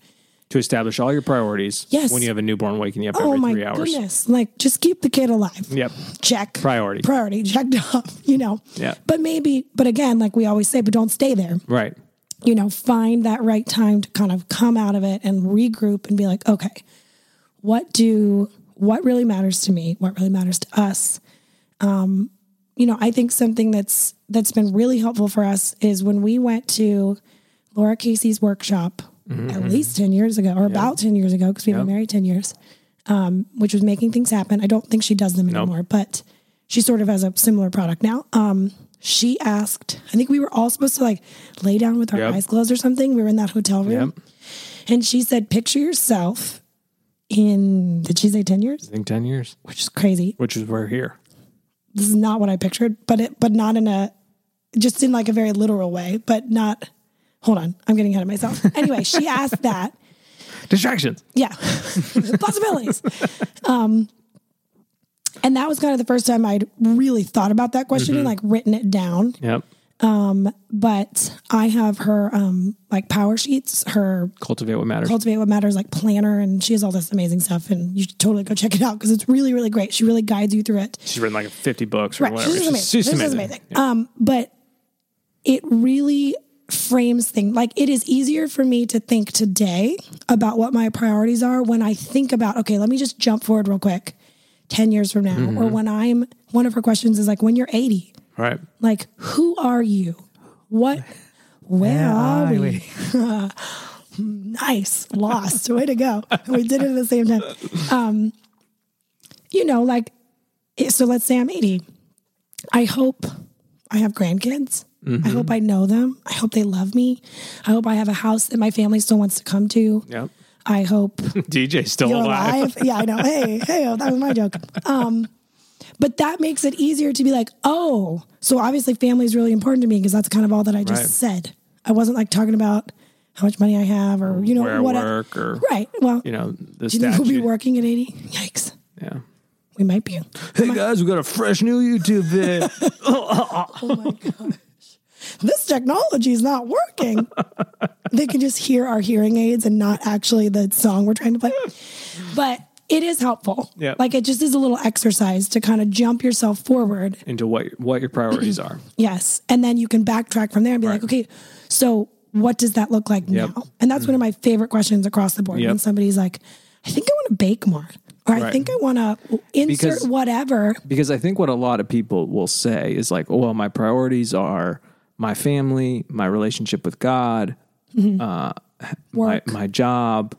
Speaker 1: to establish all your priorities
Speaker 2: Yes.
Speaker 1: when you have a newborn waking you up
Speaker 2: oh
Speaker 1: every
Speaker 2: my
Speaker 1: three hours.
Speaker 2: goodness. Like just keep the kid alive.
Speaker 1: Yep.
Speaker 2: Check.
Speaker 1: Priority.
Speaker 2: Priority checked up, you know.
Speaker 1: Yeah.
Speaker 2: But maybe but again like we always say but don't stay there.
Speaker 1: Right.
Speaker 2: you know, find that right time to kind of come out of it and regroup and be like, okay, what do what really matters to me? What really matters to us? Um, you know, I think something that's that's been really helpful for us is when we went to Laura Casey's workshop at least ten years ago, or about ten years ago, because we've been married ten years, um, which was making things happen. I don't think she does them anymore, but she sort of has a similar product now. Um, she asked, I think we were all supposed to like lay down with our
Speaker 1: Yep.
Speaker 2: eyes closed or something. We were in that hotel room. And she said, picture yourself in, did she say 10 years?
Speaker 1: I think 10 years,
Speaker 2: Which is crazy.
Speaker 1: which is we're here.
Speaker 2: This is not what I pictured, but it, but not in a, just in like a very literal way, but not, hold on, I'm getting ahead of myself. Anyway, she asked that.
Speaker 1: Distractions.
Speaker 2: Yeah. Possibilities. Um, and that was kind of the first time I'd really thought about that question and like written it down.
Speaker 1: Yep.
Speaker 2: But I have her um, like power sheets, her
Speaker 1: Cultivate what matters.
Speaker 2: Cultivate What Matters like planner, and she has all this amazing stuff. And you should totally go check it out because it's really, really great. She really guides you through it.
Speaker 1: She's written like 50 books or
Speaker 2: Right.
Speaker 1: whatever.
Speaker 2: This is amazing.
Speaker 1: just
Speaker 2: this is amazing. Um, but it really frames things. Like it is easier for me to think today about what my priorities are when I think about, okay, let me just jump forward real quick 10 years from now. Or when I'm, one of her questions is like, when you're 80,
Speaker 1: Right.
Speaker 2: like, who are you? What, where are we? nice, lost, way to go. And we did it at the same time. Um, you know, like, it- so let's say I'm 80. I hope I have grandkids. I hope I know them. I hope they love me. I hope I have a house that my family still wants to come to.
Speaker 1: Yep.
Speaker 2: I hope
Speaker 1: DJ's still
Speaker 2: you're
Speaker 1: alive.
Speaker 2: alive. Yeah, I know. Hey, hey, oh, that was my joke. Um, but that makes it easier to be like, oh, so obviously family is really important to me because that's kind of all that I just
Speaker 1: Right.
Speaker 2: said. I wasn't like talking about how much money I have or you know
Speaker 1: Where I
Speaker 2: what.
Speaker 1: work or,
Speaker 2: right. Well,
Speaker 1: you know, the
Speaker 2: do you think we'll be
Speaker 1: statue.
Speaker 2: working at eighty? Yikes,
Speaker 1: yeah.
Speaker 2: we might be.
Speaker 1: Hey guys, we got a fresh new YouTube vid.
Speaker 2: Oh my gosh, this technology is not working. they can just hear our hearing aids and not actually the song we're trying to play. But it is helpful.
Speaker 1: Yeah.
Speaker 2: Like it just is a little exercise to kind of jump yourself forward.
Speaker 1: Into what what your priorities are.
Speaker 2: Yes. And then you can backtrack from there and be like, okay, so what does that look like
Speaker 1: Yep.
Speaker 2: now? And that's one of my favorite questions across the board.
Speaker 1: Yep.
Speaker 2: When somebody's like, I think I want to bake more, or I
Speaker 1: Right.
Speaker 2: think I want to insert
Speaker 1: Because-
Speaker 2: whatever.
Speaker 1: because I think what a lot of people will say is like, "Oh, well, my priorities are my family, my relationship with God, uh, my,
Speaker 2: Mm-hmm. Work.
Speaker 1: my job,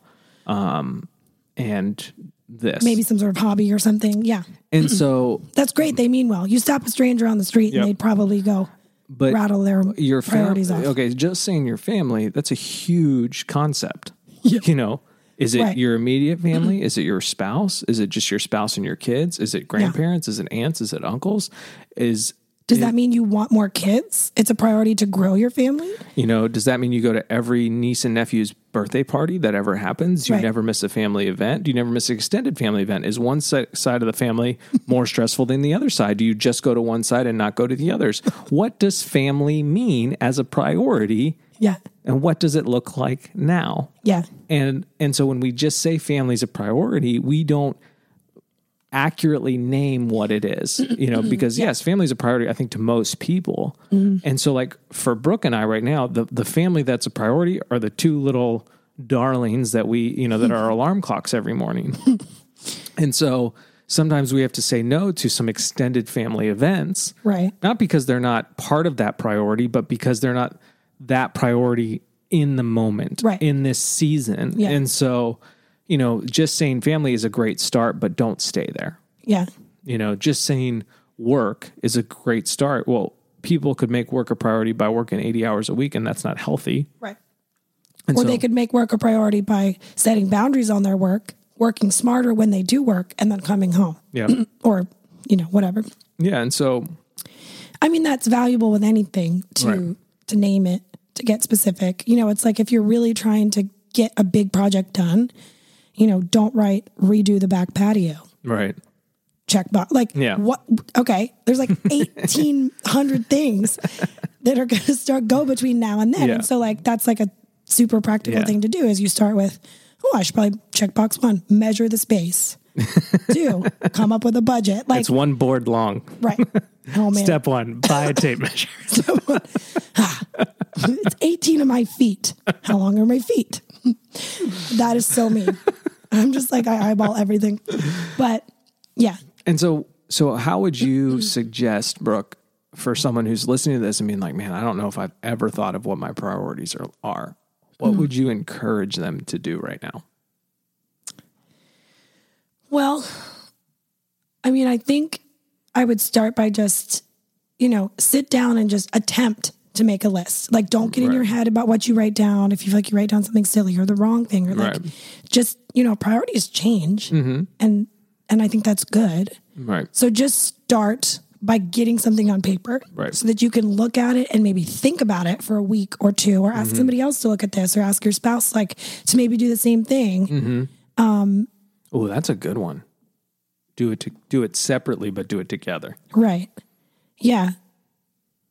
Speaker 1: um, and this.
Speaker 2: Maybe some sort of hobby or something. Yeah,
Speaker 1: And so,
Speaker 2: that's great. They mean well. You stop a stranger on the street,
Speaker 1: Yep.
Speaker 2: and they'd probably go
Speaker 1: but
Speaker 2: rattle their
Speaker 1: your
Speaker 2: priorities
Speaker 1: family,
Speaker 2: off.
Speaker 1: okay, just saying your family, that's a huge concept. You know, is it
Speaker 2: Right.
Speaker 1: your immediate family? is it your spouse? Is it just your spouse and your kids? Is it grandparents? Is it aunts? Is it uncles? Is
Speaker 2: Does that mean you want more kids? It's a priority to grow your family.
Speaker 1: You know, does that mean you go to every niece and nephew's birthday party that ever happens? You
Speaker 2: Right.
Speaker 1: never miss a family event? Do you never miss an extended family event? Is one si- side of the family more stressful than the other side? Do you just go to one side and not go to the others? What does family mean as a priority?
Speaker 2: Yeah,
Speaker 1: And what does it look like now?
Speaker 2: yeah,
Speaker 1: And and so when we just say family is a priority, we don't accurately name what it is, you know, because yes, family is a priority, I think, to most people. And so like for Brooke and I right now, the, the family that's a priority are the two little darlings that we, you know, that are alarm clocks every morning. and so sometimes we have to say no to some extended family events
Speaker 2: right.
Speaker 1: not because they're not part of that priority, but because they're not that priority in the moment,
Speaker 2: Right.
Speaker 1: in this season.
Speaker 2: Yeah.
Speaker 1: And so, you know, just saying family is a great start, but don't stay there.
Speaker 2: Yeah,
Speaker 1: You know, just saying work is a great start. Well, people could make work a priority by working 80 hours a week, and that's not healthy.
Speaker 2: right.
Speaker 1: And
Speaker 2: or
Speaker 1: so,
Speaker 2: they could make work a priority by setting boundaries on their work, working smarter when they do work, and then coming home
Speaker 1: yeah.
Speaker 2: or, you know, whatever.
Speaker 1: yeah. And so,
Speaker 2: I mean, that's valuable with anything to
Speaker 1: Right.
Speaker 2: to name it, to get specific. You know, it's like if you're really trying to get a big project done, you know, don't write redo the back patio.
Speaker 1: right.
Speaker 2: Check box. Like
Speaker 1: Yeah.
Speaker 2: what okay, there's like 1800 things that are going to start go between now and then.
Speaker 1: Yeah.
Speaker 2: And so like that's like a super practical
Speaker 1: Yeah.
Speaker 2: thing to do is you start with oh, I should probably check box 1, measure the space. Two, come up with a budget. Like
Speaker 1: It's one board long.
Speaker 2: right. Oh man.
Speaker 1: Step one, buy a tape measure.
Speaker 2: it's 18 of my feet. How long are my feet? that is so me. I'm just like, I eyeball everything. But yeah,
Speaker 1: And so, so how would you suggest, Brooke, for someone who's listening to this and being like, "Man, I don't know if I've ever thought of what my priorities are." are
Speaker 2: Hmm.
Speaker 1: what would you encourage them to do right now?
Speaker 2: well, I mean, I think I would start by just, you know, sit down and just attempt to make a list. Like, don't get in
Speaker 1: Right.
Speaker 2: your head about what you write down. If you feel like you write down something silly or the wrong thing, or like,
Speaker 1: Right. Mm-hmm.
Speaker 2: just, you know, priorities change. And, and I think that's good.
Speaker 1: Right.
Speaker 2: So just start by getting something on paper
Speaker 1: Right.
Speaker 2: so that you can look at it and maybe think about it for a week or two or ask
Speaker 1: Mm-hmm.
Speaker 2: somebody else to look at this or ask your spouse like to maybe do the same thing.
Speaker 1: Mm-hmm. Oh, that's a good one. Do it to do it separately, but do it together.
Speaker 2: Right. Yeah.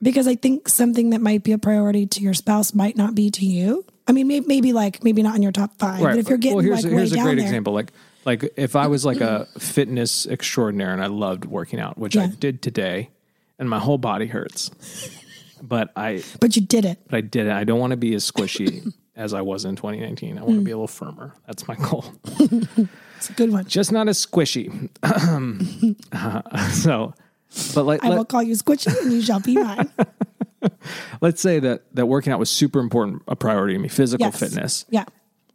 Speaker 2: Because I think something that might be a priority to your spouse might not be to you. I mean, maybe, maybe like maybe not in your top five, but if you're getting
Speaker 1: well, here's
Speaker 2: like
Speaker 1: a,
Speaker 2: way
Speaker 1: here's a
Speaker 2: down
Speaker 1: great
Speaker 2: there,
Speaker 1: example. Like like if I was like a fitness extraordinaire and I loved working out, which I
Speaker 2: Yeah.
Speaker 1: did today, and my whole body hurts, but I
Speaker 2: but you did it.
Speaker 1: but I didn't. I don't want to be as squishy as I was in 2019. I want to be a little firmer. That's my goal.
Speaker 2: It's a good one.
Speaker 1: Just not as squishy. so, but like,
Speaker 2: I will
Speaker 1: let,
Speaker 2: call you Squishy and you shall be mine.
Speaker 1: let's say that that working out was super important, a priority to me, physical
Speaker 2: Yes.
Speaker 1: fitness.
Speaker 2: Yeah.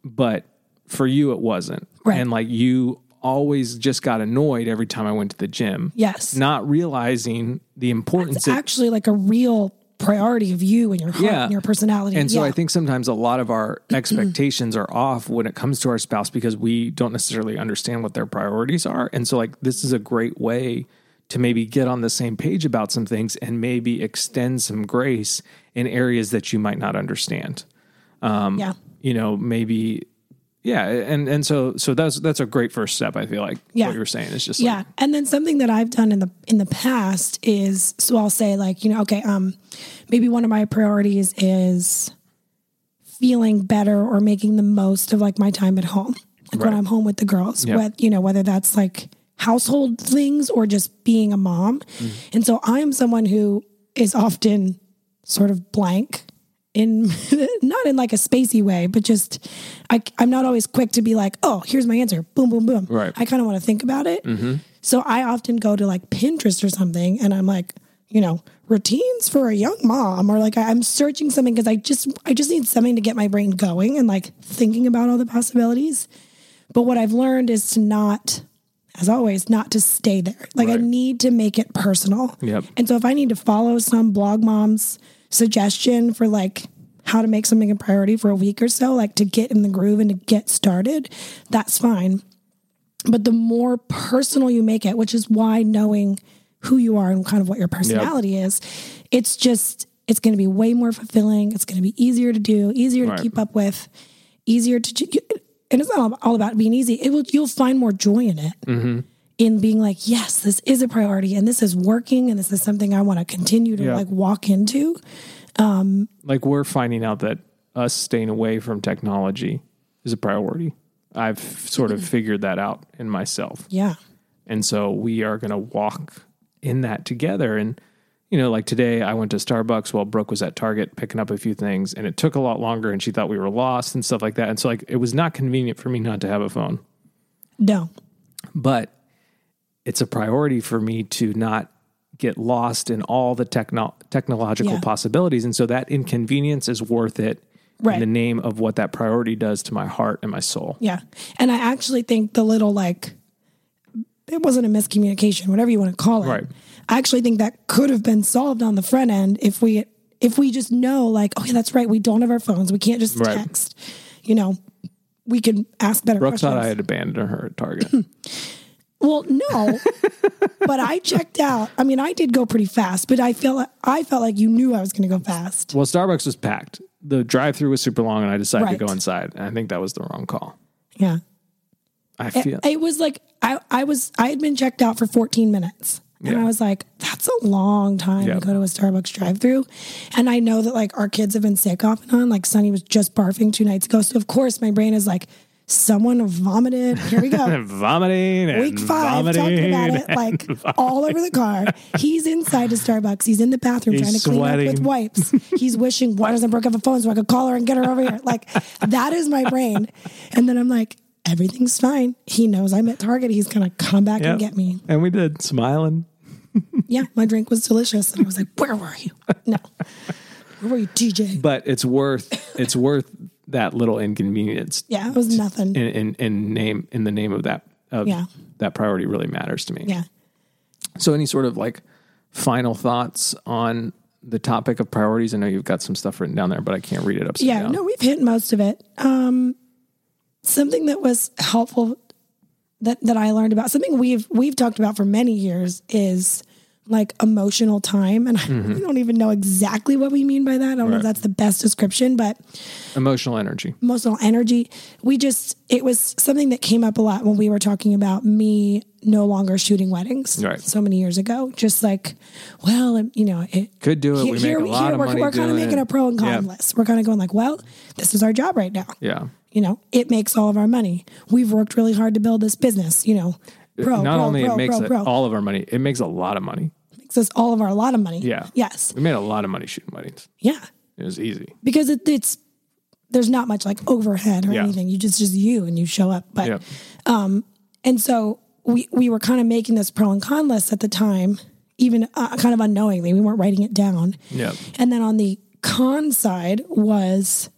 Speaker 1: But for you, it wasn't.
Speaker 2: Right.
Speaker 1: And like you always just got annoyed every time I went to the gym.
Speaker 2: Yes.
Speaker 1: Not realizing the importance.
Speaker 2: It's
Speaker 1: it-
Speaker 2: actually like a real priority of you and your heart
Speaker 1: Yeah.
Speaker 2: and your personality.
Speaker 1: And so
Speaker 2: Yeah.
Speaker 1: I think sometimes a lot of our expectations are off when it comes to our spouse because we don't necessarily understand what their priorities are. And so, like, this is a great way to maybe get on the same page about some things and maybe extend some grace in areas that you might not understand.
Speaker 2: yeah.
Speaker 1: You know, maybe. Yeah, and and so so that's that's a great first step. I feel like
Speaker 2: Yeah.
Speaker 1: what you were saying is just
Speaker 2: Yeah.
Speaker 1: like,
Speaker 2: And then something that I've done in the in the past is so I'll say like, you know, okay, um maybe one of my priorities is feeling better or making the most of like my time at home. Like when
Speaker 1: Right.
Speaker 2: I'm home with the girls,
Speaker 1: Yeah.
Speaker 2: with you know, whether that's like household things or just being a
Speaker 1: Mm-hmm.
Speaker 2: mom. And so I am someone who is often sort of blank in not in like a spacey way, but just I, I'm not always quick to be like, oh, here's my answer, boom, boom, boom.
Speaker 1: Right.
Speaker 2: I kind of want to think about it.
Speaker 1: Mm-hmm.
Speaker 2: So I often go to like Pinterest or something, and I'm like, you know, routines for a young mom, or like I, I'm searching something because I just I just need something to get my brain going and like thinking about all the possibilities. But what I've learned is to not, as always, not to stay there. Like I
Speaker 1: Right.
Speaker 2: need to make it personal.
Speaker 1: Yep.
Speaker 2: And so if I need to follow some blog mom's suggestion for like how to make something a priority for a week or so, like to get in the groove and to get started, that's fine. But the more personal you make it, which is why knowing who you are and kind of what your personality is, it's just, it's going to be way more fulfilling. It's going to be easier to do, easier
Speaker 1: Right.
Speaker 2: to keep up with, easier to, ju- you- and it's not all about being easy. It will, you'll find more joy in it in being like, yes, this is a priority and this is working and this is something I want to continue to
Speaker 1: Yeah.
Speaker 2: like walk into.
Speaker 1: like we're finding out that us staying away from technology is a priority. I've sort
Speaker 2: Mm-hmm.
Speaker 1: of figured that out in myself.
Speaker 2: Yeah.
Speaker 1: And so we are going to walk in that together. And, you know, like today I went to Starbucks while Brooke was at Target picking up a few things and it took a lot longer and she thought we were lost and stuff like that. And so, like, it was not convenient for me not to have a phone,
Speaker 2: No.
Speaker 1: but it's a priority for me to not get lost in all the techno- technological
Speaker 2: Yeah.
Speaker 1: possibilities. And so that inconvenience is worth it
Speaker 2: Right.
Speaker 1: in the name of what that priority does to my heart and my soul.
Speaker 2: Yeah. And I actually think the little like it wasn't a miscommunication, whatever you want to call it.
Speaker 1: Right.
Speaker 2: I actually think that could have been solved on the front end if we if we just know like, oh yeah, that's right, we don't have our phones. We can't just
Speaker 1: Right.
Speaker 2: text. You know, we can ask better
Speaker 1: Brooke
Speaker 2: questions.
Speaker 1: thought I had abandoned her at Target.
Speaker 2: Well, no, but I checked out. I mean, I did go pretty fast, but I felt like, I felt like you knew I was going to go fast.
Speaker 1: Well, Starbucks was packed. The drive through was super long, and I decided
Speaker 2: Right.
Speaker 1: to go inside. And I think that was the wrong call.
Speaker 2: Yeah,
Speaker 1: I
Speaker 2: it,
Speaker 1: feel
Speaker 2: it was like I I was I had been checked out for 14 minutes, and
Speaker 1: Yeah.
Speaker 2: I was like, that's a long time
Speaker 1: Yeah.
Speaker 2: to go to a Starbucks drive-through, and I know that like our kids have been sick off and on. Like Sunny was just barfing two nights ago, so of course my brain is like, someone vomited. Here we go.
Speaker 1: vomiting and
Speaker 2: week five
Speaker 1: vomiting.
Speaker 2: talking about it like all over the car. He's inside a Starbucks. He's in the bathroom
Speaker 1: He's
Speaker 2: trying to clean up with
Speaker 1: sweating.
Speaker 2: wipes. He's wishing, why doesn't Brooke have a phone so I could call her and get her over here? Like that is my brain. And then I'm like, everything's fine. He knows I'm at Target. He's gonna come back
Speaker 1: Yep.
Speaker 2: and get me.
Speaker 1: And we did smiling.
Speaker 2: Yeah, my drink was delicious. And I was like, where were you? No. Where were you, DJ?
Speaker 1: But it's worth it's worth that little inconvenience.
Speaker 2: Yeah, it was nothing.
Speaker 1: In, in, in name in the name of that of
Speaker 2: Yeah.
Speaker 1: that priority really matters to me.
Speaker 2: Yeah.
Speaker 1: So any sort of like final thoughts on the topic of priorities? I know you've got some stuff written down there, but I can't read it upside
Speaker 2: yeah,
Speaker 1: down.
Speaker 2: no, we've hit most of it. Um, something that was helpful that that I learned about something we've we've talked about for many years is like emotional time, and I really don't even know exactly what we mean by that. I don't
Speaker 1: Right.
Speaker 2: know if that's the best description, but
Speaker 1: Emotional energy.
Speaker 2: emotional energy. We just it was something that came up a lot when we were talking about me no longer shooting weddings
Speaker 1: Right.
Speaker 2: so many years ago. Just like, well, you know, it,
Speaker 1: Could do it.
Speaker 2: Here,
Speaker 1: we make
Speaker 2: here,
Speaker 1: a
Speaker 2: we-
Speaker 1: lot
Speaker 2: here
Speaker 1: of
Speaker 2: we're,
Speaker 1: money
Speaker 2: we're kind of
Speaker 1: doing
Speaker 2: making
Speaker 1: it.
Speaker 2: a pro and con
Speaker 1: Yeah.
Speaker 2: list. We're kind of going like, well, this is our job right now
Speaker 1: Yeah.
Speaker 2: you know, it makes all of our money. We've worked really hard to build this business, you know. Pro,
Speaker 1: not
Speaker 2: pro,
Speaker 1: only
Speaker 2: pro,
Speaker 1: it makes
Speaker 2: pro,
Speaker 1: it
Speaker 2: pro.
Speaker 1: all of our money, it makes a lot of money.
Speaker 2: makes us all of our lot of money.
Speaker 1: Yeah.
Speaker 2: Yes.
Speaker 1: We made a lot of money shooting weddings.
Speaker 2: Yeah.
Speaker 1: It was easy.
Speaker 2: Because it, it's there's not much like overhead or
Speaker 1: Yeah.
Speaker 2: anything. You just just you and you show up. But
Speaker 1: Yeah.
Speaker 2: and so we we were kind of making this pro and con list at the time, even uh, kind of unknowingly. We weren't writing it down.
Speaker 1: Yeah.
Speaker 2: And then on the con side was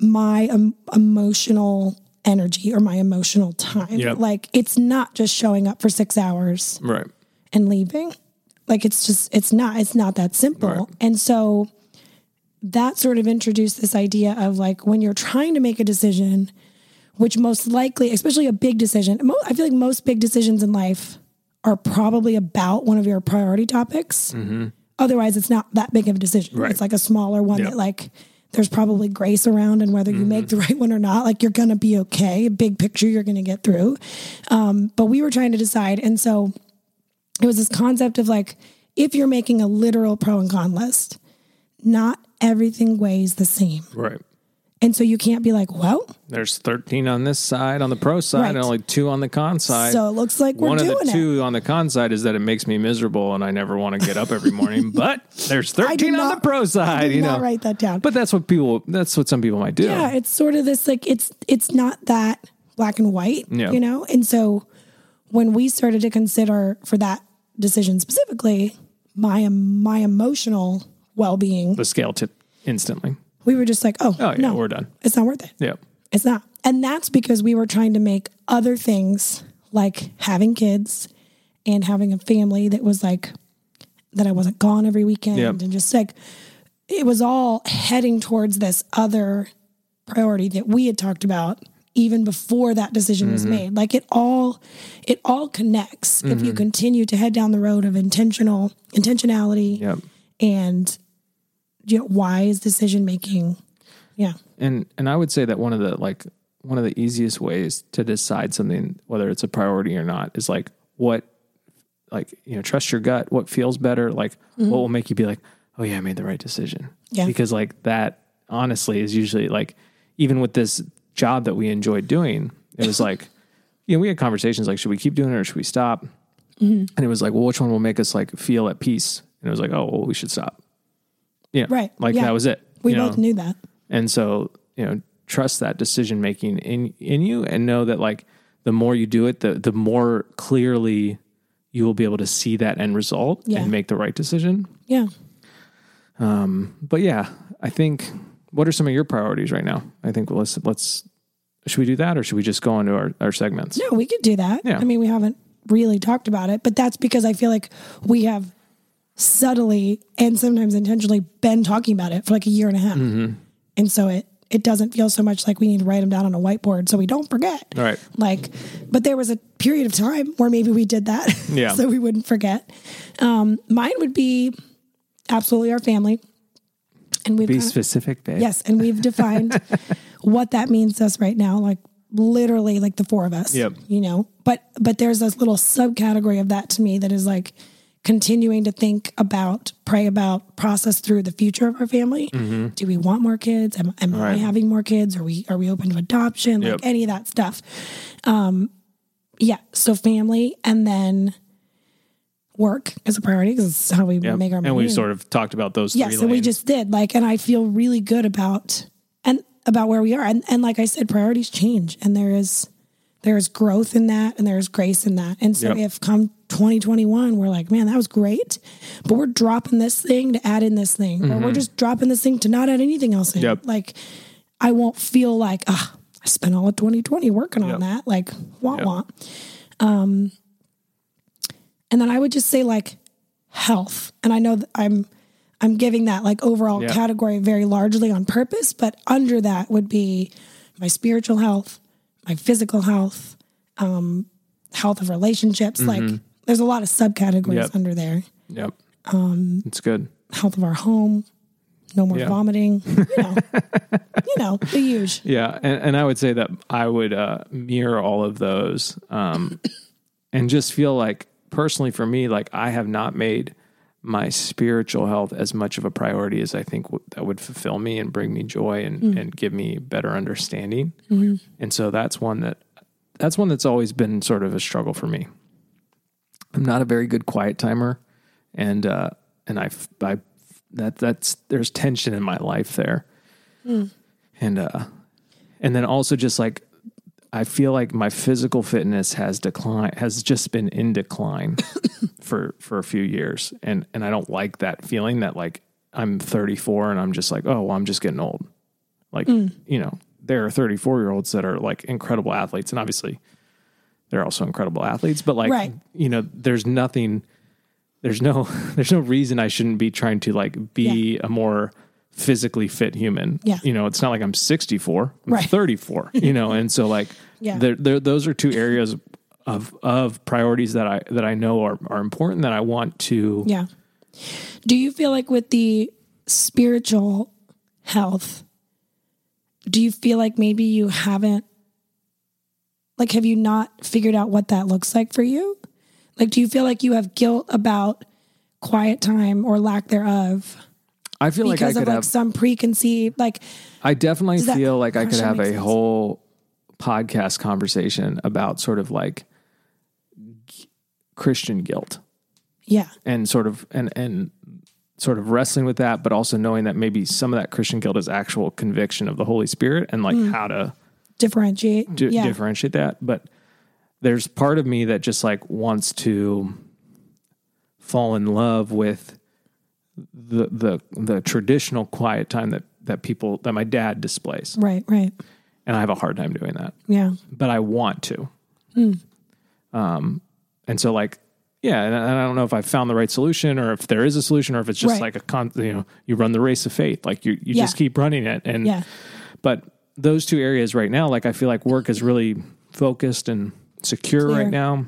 Speaker 2: my um, emotional energy or my emotional time.
Speaker 1: Yep.
Speaker 2: Like it's not just showing up for six hours
Speaker 1: Right.
Speaker 2: and leaving. Like it's just it's not it's not that simple.
Speaker 1: Right.
Speaker 2: And so that sort of introduced this idea of like when you're trying to make a decision, which most likely, especially a big decision, mo- I feel like most big decisions in life are probably about one of your priority topics. Otherwise, it's not that big of a decision.
Speaker 1: Mm-hmm. Right.
Speaker 2: It's like a smaller one
Speaker 1: Yeah.
Speaker 2: that like there's probably grace around and whether you
Speaker 1: Mm-hmm.
Speaker 2: make the right one or not, like you're gonna be okay. Big picture, you're gonna get through. Um, but we were trying to decide, and so it was this concept of like if you're making a literal pro and con list, not everything weighs the same.
Speaker 1: Right.
Speaker 2: And so you can't be like, well,
Speaker 1: There's 13 on this side, on the pro side,
Speaker 2: Right.
Speaker 1: and only two on the con side.
Speaker 2: so it looks like we're
Speaker 1: One of
Speaker 2: doing
Speaker 1: the
Speaker 2: it.
Speaker 1: two on the con side is that it makes me miserable and I never want to get up every morning. but there's
Speaker 2: I did
Speaker 1: 13 on
Speaker 2: not-
Speaker 1: the pro side,
Speaker 2: I did
Speaker 1: you
Speaker 2: not
Speaker 1: know.
Speaker 2: write that down.
Speaker 1: But that's what people. That's what some people might do.
Speaker 2: yeah, it's sort of this like it's it's not that black and white,
Speaker 1: Yeah.
Speaker 2: you know. And so when we started to consider for that decision specifically, my my emotional well being,
Speaker 1: the scale tip instantly.
Speaker 2: we were just like, oh,
Speaker 1: Oh yeah,
Speaker 2: no,
Speaker 1: we're done.
Speaker 2: It's not worth it.
Speaker 1: Yeah,
Speaker 2: It's not. And that's because we were trying to make other things like having kids and having a family that was like, that I wasn't gone every weekend
Speaker 1: Yep.
Speaker 2: and just like, it was all heading towards this other priority that we had talked about even before that decision was made like it all it all connects if you continue to head down the road of intentional intentionality
Speaker 1: yeah.
Speaker 2: and you know, wise decision making yeah
Speaker 1: And and I would say that one of the like one of the easiest ways to decide something whether it's a priority or not is like what like you know trust your gut. What feels better? Like what will make you be like, oh yeah, I made the right decision.
Speaker 2: Mm-hmm. Yeah.
Speaker 1: Because like that honestly is usually like even with this job that we enjoyed doing, it was like you know we had conversations like should we keep doing it or should we stop?
Speaker 2: Mm-hmm.
Speaker 1: And it was like, well, which one will make us like feel at peace? And it was like, oh, well, we should stop. Yeah.
Speaker 2: Right.
Speaker 1: Like
Speaker 2: Yeah.
Speaker 1: that was it.
Speaker 2: we
Speaker 1: you know?
Speaker 2: both knew that
Speaker 1: And so, you know, trust that decision making in in you and know that like the more you do it, the the more clearly you will be able to see that end result
Speaker 2: Yeah.
Speaker 1: and make the right decision.
Speaker 2: yeah
Speaker 1: But yeah, I think what are some of your priorities right now? I think well, let's let's should we do that or should we just go on to our, our segments?
Speaker 2: No, we could do that.
Speaker 1: Yeah.
Speaker 2: I mean, we haven't really talked about it, but that's because I feel like we have subtly and sometimes intentionally been talking about it for like a year and a half.
Speaker 1: Mm-hmm.
Speaker 2: And so it it doesn't feel so much like we need to write them down on a whiteboard so we don't forget.
Speaker 1: All right.
Speaker 2: Like, but there was a period of time where maybe we did that.
Speaker 1: Yeah.
Speaker 2: so we wouldn't forget. Um, mine would be absolutely our family. And we've
Speaker 1: Be
Speaker 2: kinda-
Speaker 1: specific, babe.
Speaker 2: Yes, and we've defined what that means to us right now, like literally like the four of us.
Speaker 1: Yep.
Speaker 2: You know, but but there's this little subcategory of that to me that is like continuing to think about, pray about, process through the future of our family. Do we want more kids? Am, am I
Speaker 1: Mm-hmm. Right.
Speaker 2: having more kids? Are we are we open to adoption? Like
Speaker 1: Yep.
Speaker 2: any of that stuff. Um yeah, so family and then work is a priority because it's how we
Speaker 1: Yep.
Speaker 2: make our money.
Speaker 1: and we
Speaker 2: and-
Speaker 1: sort of talked about those
Speaker 2: yeah,
Speaker 1: three
Speaker 2: so we
Speaker 1: lanes.
Speaker 2: just did like, and I feel really good about and about where we are, and and like I said, priorities change, and there is there is growth in that, and there is grace in that, and so
Speaker 1: Yep.
Speaker 2: if come twenty twenty one, we're like, man, that was great, but we're dropping this thing to add in this thing, or we're just dropping this thing to not add anything else in.
Speaker 1: Mm-hmm. Yep.
Speaker 2: Like, I won't feel like ah, I spent all of twenty twenty working
Speaker 1: Yep.
Speaker 2: on that, like want
Speaker 1: Yep.
Speaker 2: want. And then I would just say like health. And I know that I'm I'm giving that like overall
Speaker 1: Yeah.
Speaker 2: category very largely on purpose, but under that would be my spiritual health, my physical health, um, health of relationships. Like there's a lot of subcategories
Speaker 1: Mm-hmm. Yep.
Speaker 2: under there.
Speaker 1: Yep. Um it's good.
Speaker 2: Health of our home, no more
Speaker 1: Yeah.
Speaker 2: vomiting, you know, you know, the huge.
Speaker 1: Yeah, and, and I would say that I would uh, mirror all of those, um, and just feel like personally for me, like I have not made my spiritual health as much of a priority as I think w- that would fulfill me and bring me joy and and give me better understanding. And so that's one that that's one that's always been sort of a struggle for me. I'm not a very good quiet timer, and uh, and I f- I that that's there's tension in my life there, and uh, and then also just like I feel like my physical fitness has decline has just been in decline for for a few years, and and I don't like that feeling that like I'm 34 and I'm just like oh well I'm just getting old, like you know there are 34 year olds that are like incredible athletes, and obviously they're also incredible athletes, but like
Speaker 2: Right.
Speaker 1: you know there's nothing there's no there's no reason I shouldn't be trying to like be a more physically fit human.
Speaker 2: Yeah.
Speaker 1: You know, it's not like I'm 64, I'm
Speaker 2: Right.
Speaker 1: 34, you know, and so like
Speaker 2: Yeah.
Speaker 1: there, there those are two areas of of priorities that I that I know are are important that I want to
Speaker 2: Yeah. Do you feel like with the spiritual health, do you feel like maybe you haven't, like, have you not figured out what that looks like for you? Like, do you feel like you have guilt about quiet time or lack thereof?
Speaker 1: I feel like I
Speaker 2: because
Speaker 1: could
Speaker 2: of like
Speaker 1: have.
Speaker 2: some preconceived like
Speaker 1: I definitely
Speaker 2: Does that-
Speaker 1: feel like I
Speaker 2: Gosh,
Speaker 1: could
Speaker 2: that
Speaker 1: have a
Speaker 2: makes sense.
Speaker 1: whole podcast conversation about sort of like g- Christian guilt
Speaker 2: yeah
Speaker 1: and sort of and and sort of wrestling with that, but also knowing that maybe some of that Christian guilt is actual conviction of the Holy Spirit and like how to
Speaker 2: differentiate
Speaker 1: di-
Speaker 2: yeah
Speaker 1: differentiate that. But there's part of me that just like wants to fall in love with the the the traditional quiet time that that people that my dad displays
Speaker 2: right right
Speaker 1: and I have a hard time doing that,
Speaker 2: yeah
Speaker 1: but I want to. Um,
Speaker 2: Hmm.
Speaker 1: and so like, yeah, and I and I don't know if I found the right solution or if there is a solution or if it's just
Speaker 2: Right.
Speaker 1: like a con, you know, you run the race of faith, like you, you
Speaker 2: Yeah.
Speaker 1: just keep running it. And,
Speaker 2: Yeah.
Speaker 1: but those two areas right now, like I feel like work is really focused and secure
Speaker 2: Clear.
Speaker 1: right now.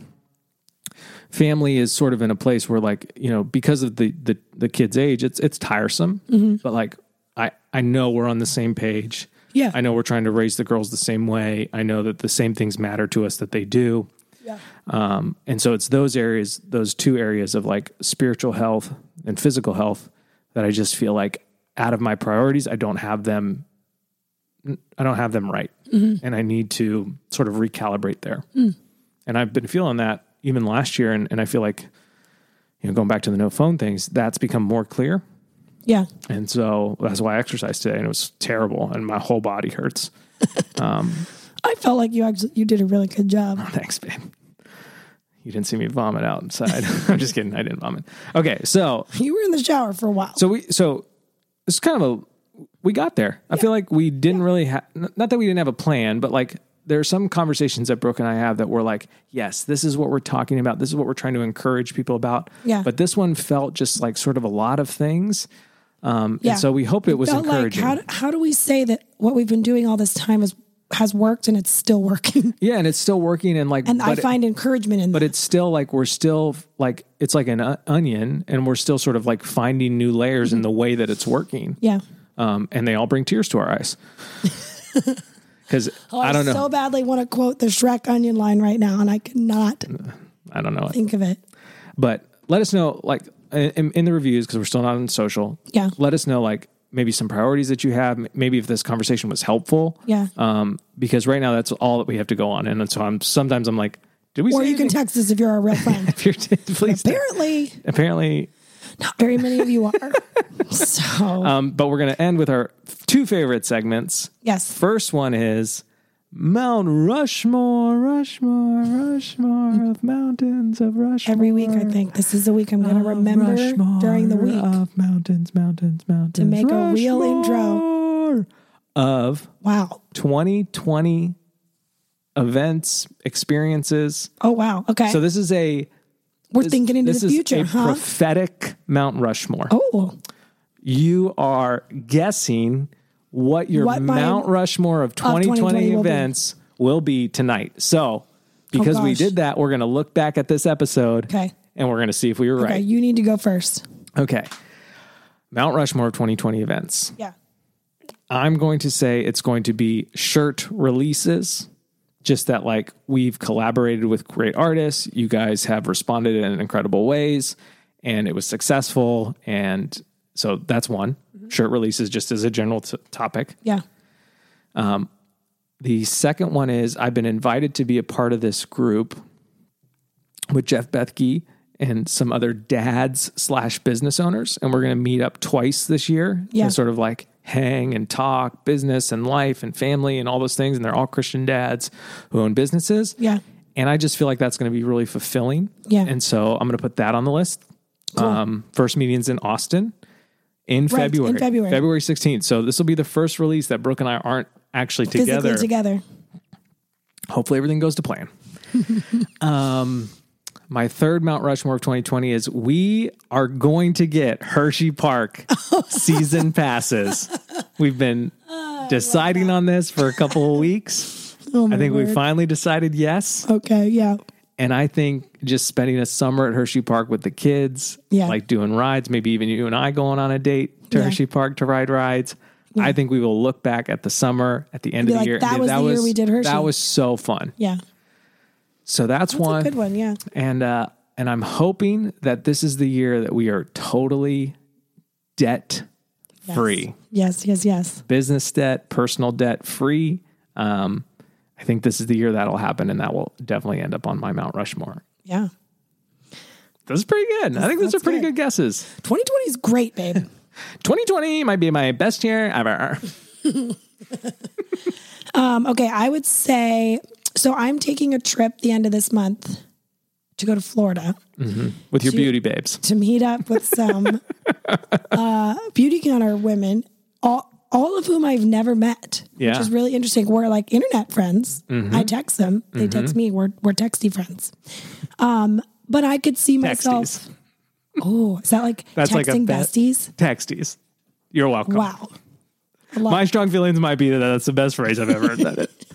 Speaker 1: Family is sort of in a place where like, you know, because of the, the, the kid's age, it's, it's tiresome,
Speaker 2: Mm-hmm.
Speaker 1: but like, I, I know we're on the same page.
Speaker 2: Yeah.
Speaker 1: I know we're trying to raise the girls the same way. I know that the same things matter to us that they do.
Speaker 2: yeah
Speaker 1: Um, and so it's those areas, those two areas of like spiritual health and physical health that I just feel like out of my priorities, I don't have them. I don't have them right. And I need to sort of recalibrate there. And I've been feeling that even last year. And, and I feel like, you know, going back to the no phone things, that's become more clear.
Speaker 2: yeah
Speaker 1: And so that's why I exercised today and it was terrible and my whole body hurts.
Speaker 2: I felt like you actually you did a really good job
Speaker 1: Thanks, babe. You didn't see me vomit outside. I'm just kidding. I didn't vomit. Okay, so
Speaker 2: you were in the shower for a while
Speaker 1: so we so it's kind of a we got there. I feel like we didn't really have not that we didn't have a plan, but like there are some conversations that Brooke and I have that were like, yes, this is what we're talking about. This is what we're trying to encourage people about.
Speaker 2: Yeah.
Speaker 1: But this one felt just like sort of a lot of things. Um,
Speaker 2: Yeah.
Speaker 1: And so we hope it was
Speaker 2: felt like
Speaker 1: encouraging.
Speaker 2: how do, how do we say that what we've been doing all this time is has worked and it's still working
Speaker 1: yeah, and it's still working. And like,
Speaker 2: and I
Speaker 1: but it-
Speaker 2: find encouragement in
Speaker 1: but
Speaker 2: that.
Speaker 1: it's still like we're still like it's like an o- onion and we're still sort of like finding new layers in the way that it's working
Speaker 2: Mm-hmm. yeah
Speaker 1: um, and they all bring tears to our eyes because i don't know
Speaker 2: Oh, so badly want to quote the Shrek onion line right now, and I could not
Speaker 1: Mm. i don't know it.
Speaker 2: think of it.
Speaker 1: but let us know like in, in the reviews because we're still not on social
Speaker 2: Yeah.
Speaker 1: let us know like maybe some priorities that you have m- maybe if this conversation was helpful
Speaker 2: Yeah.
Speaker 1: um, because right now that's all that we have to go on and so i'm sometimes i'm like did we
Speaker 2: Or
Speaker 1: say
Speaker 2: you can
Speaker 1: anything?
Speaker 2: text us if you're a real friend.
Speaker 1: If you're- please text.
Speaker 2: Apparently,
Speaker 1: apparently
Speaker 2: not very many of you are. So,
Speaker 1: Um, but we're going to end with our two favorite segments.
Speaker 2: Yes.
Speaker 1: First one is Mount Rushmore, Rushmore, Rushmore of mountains of Rushmore.
Speaker 2: every week, I think this is a week I'm going to
Speaker 1: of
Speaker 2: remember
Speaker 1: Rushmore
Speaker 2: during the week.
Speaker 1: of mountains, mountains, mountains. To
Speaker 2: make a real
Speaker 1: intro of
Speaker 2: wow.
Speaker 1: 2020 events, experiences.
Speaker 2: Oh, wow. Okay.
Speaker 1: So this is a
Speaker 2: We're
Speaker 1: this,
Speaker 2: thinking into
Speaker 1: this
Speaker 2: the
Speaker 1: is
Speaker 2: future,
Speaker 1: a
Speaker 2: huh?
Speaker 1: prophetic Mount Rushmore.
Speaker 2: oh,
Speaker 1: you are guessing what your
Speaker 2: What my-
Speaker 1: Mount Rushmore of 2020,
Speaker 2: 2020 will be. Oh,
Speaker 1: events will be. tonight. So, because we
Speaker 2: gosh.
Speaker 1: did that, we're going to look back at this episode
Speaker 2: Okay.
Speaker 1: and we're going to see if we were
Speaker 2: okay. You need to go first.
Speaker 1: right. Okay. Mount Rushmore of 2020 events.
Speaker 2: Yeah.
Speaker 1: I'm going to say it's going to be shirt releases. Just that, like, we've collaborated with great artists. You guys have responded in incredible ways, and it was successful. And so that's one. Shirt releases, just as a general t- topic.
Speaker 2: Yeah.
Speaker 1: The second one is I've been invited to be a part of this group with Jeff Bethke and some other dads slash business owners, and we're going to meet up twice this year
Speaker 2: Yeah.
Speaker 1: and sort of like hang and talk business and life and family and all those things. And they're all Christian dads who own businesses.
Speaker 2: Yeah.
Speaker 1: And I just feel like that's going to be really fulfilling.
Speaker 2: Yeah.
Speaker 1: And so I'm going to put that on the list. Um, first meetings in Austin in
Speaker 2: Right, in
Speaker 1: February.
Speaker 2: February.
Speaker 1: 16th. So this will be the first release that Brooke and I aren't actually
Speaker 2: Physically
Speaker 1: together
Speaker 2: together.
Speaker 1: hopefully everything goes to plan. um, my third Mount Rushmore of 2020 is we are going to get Hershey Park
Speaker 2: Oh.
Speaker 1: season passes. We've been deciding on this for a couple of weeks.
Speaker 2: Oh, my
Speaker 1: I think we
Speaker 2: word.
Speaker 1: finally decided yes.
Speaker 2: Okay. Yeah.
Speaker 1: And I think just spending a summer at Hershey Park with the kids,
Speaker 2: Yeah.
Speaker 1: like doing rides, maybe even you and I going on a date to
Speaker 2: Yeah.
Speaker 1: Hershey Park to ride rides. I think we will look back at the summer at the end
Speaker 2: Be
Speaker 1: of the
Speaker 2: like,
Speaker 1: year. and
Speaker 2: "That
Speaker 1: be,
Speaker 2: was the year we did Hershey."
Speaker 1: That was so fun.
Speaker 2: Yeah.
Speaker 1: So that's,
Speaker 2: That's
Speaker 1: one.
Speaker 2: a good one. Yeah.
Speaker 1: And uh, and I'm hoping that this is the year that we are totally debt free.
Speaker 2: Yes, yes, yes.
Speaker 1: Business debt, personal debt free. Um, I think this is the year that'll happen, and that will definitely end up on my Mount Rushmore.
Speaker 2: Yeah.
Speaker 1: Those are pretty good. I think those are
Speaker 2: That's
Speaker 1: pretty
Speaker 2: good.
Speaker 1: good guesses.
Speaker 2: 2020 is great, babe.
Speaker 1: 2020 might be my best year ever.
Speaker 2: um, okay, I would say so. I'm taking a trip the end of this month to go to Florida
Speaker 1: with your beauty babes.
Speaker 2: to meet up with some uh, beauty counter women, all, all of whom I've never met,
Speaker 1: Yeah. Mm-hmm.
Speaker 2: which is really interesting. We're like internet friends. I text them, they text me. We're, we're texty friends. Um, but I could see myself.
Speaker 1: Texties.
Speaker 2: Oh, is that like
Speaker 1: That's like a
Speaker 2: texting
Speaker 1: bet.
Speaker 2: besties?
Speaker 1: Texties. You're welcome.
Speaker 2: Wow. I love
Speaker 1: My strong feelings might be that that's the best phrase I've ever heard. That it.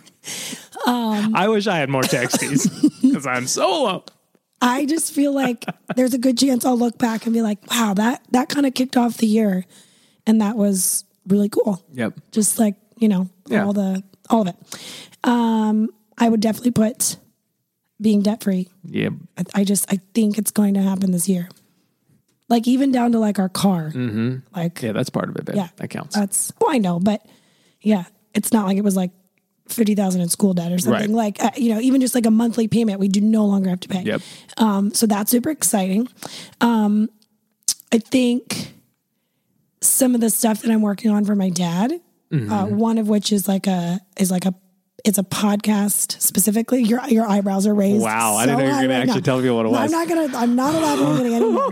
Speaker 2: Um,
Speaker 1: I wish I had more texties because I'm solo.
Speaker 2: I just feel like there's a good chance I'll look back and be like, wow, that that kind of kicked off the year. And that was really cool.
Speaker 1: Yep.
Speaker 2: Just like, you know,
Speaker 1: Yeah.
Speaker 2: all the all of it. Um, I would definitely put being debt free.
Speaker 1: Yep.
Speaker 2: I, I just I think it's going to happen this year. Like even down to like our car. Like
Speaker 1: Yeah, that's part of it, babe.
Speaker 2: Yeah. Uh,
Speaker 1: That counts.
Speaker 2: that's well, I know, but yeah, it's not like it was like fifty thousand in school debt or something. Like uh, you know, even just like a monthly payment, we do no longer have to pay.
Speaker 1: Yep.
Speaker 2: Um, so that's super exciting. Um, I think some of the stuff that I'm working on for my dad, uh,
Speaker 1: Mm-hmm.
Speaker 2: one of which is like a is like a it's a podcast specifically. Your your eyebrows are raised.
Speaker 1: Wow, I didn't know you were
Speaker 2: high
Speaker 1: gonna
Speaker 2: now.
Speaker 1: actually tell people what it
Speaker 2: No,
Speaker 1: was.
Speaker 2: I'm not gonna. I'm not elaborating anymore.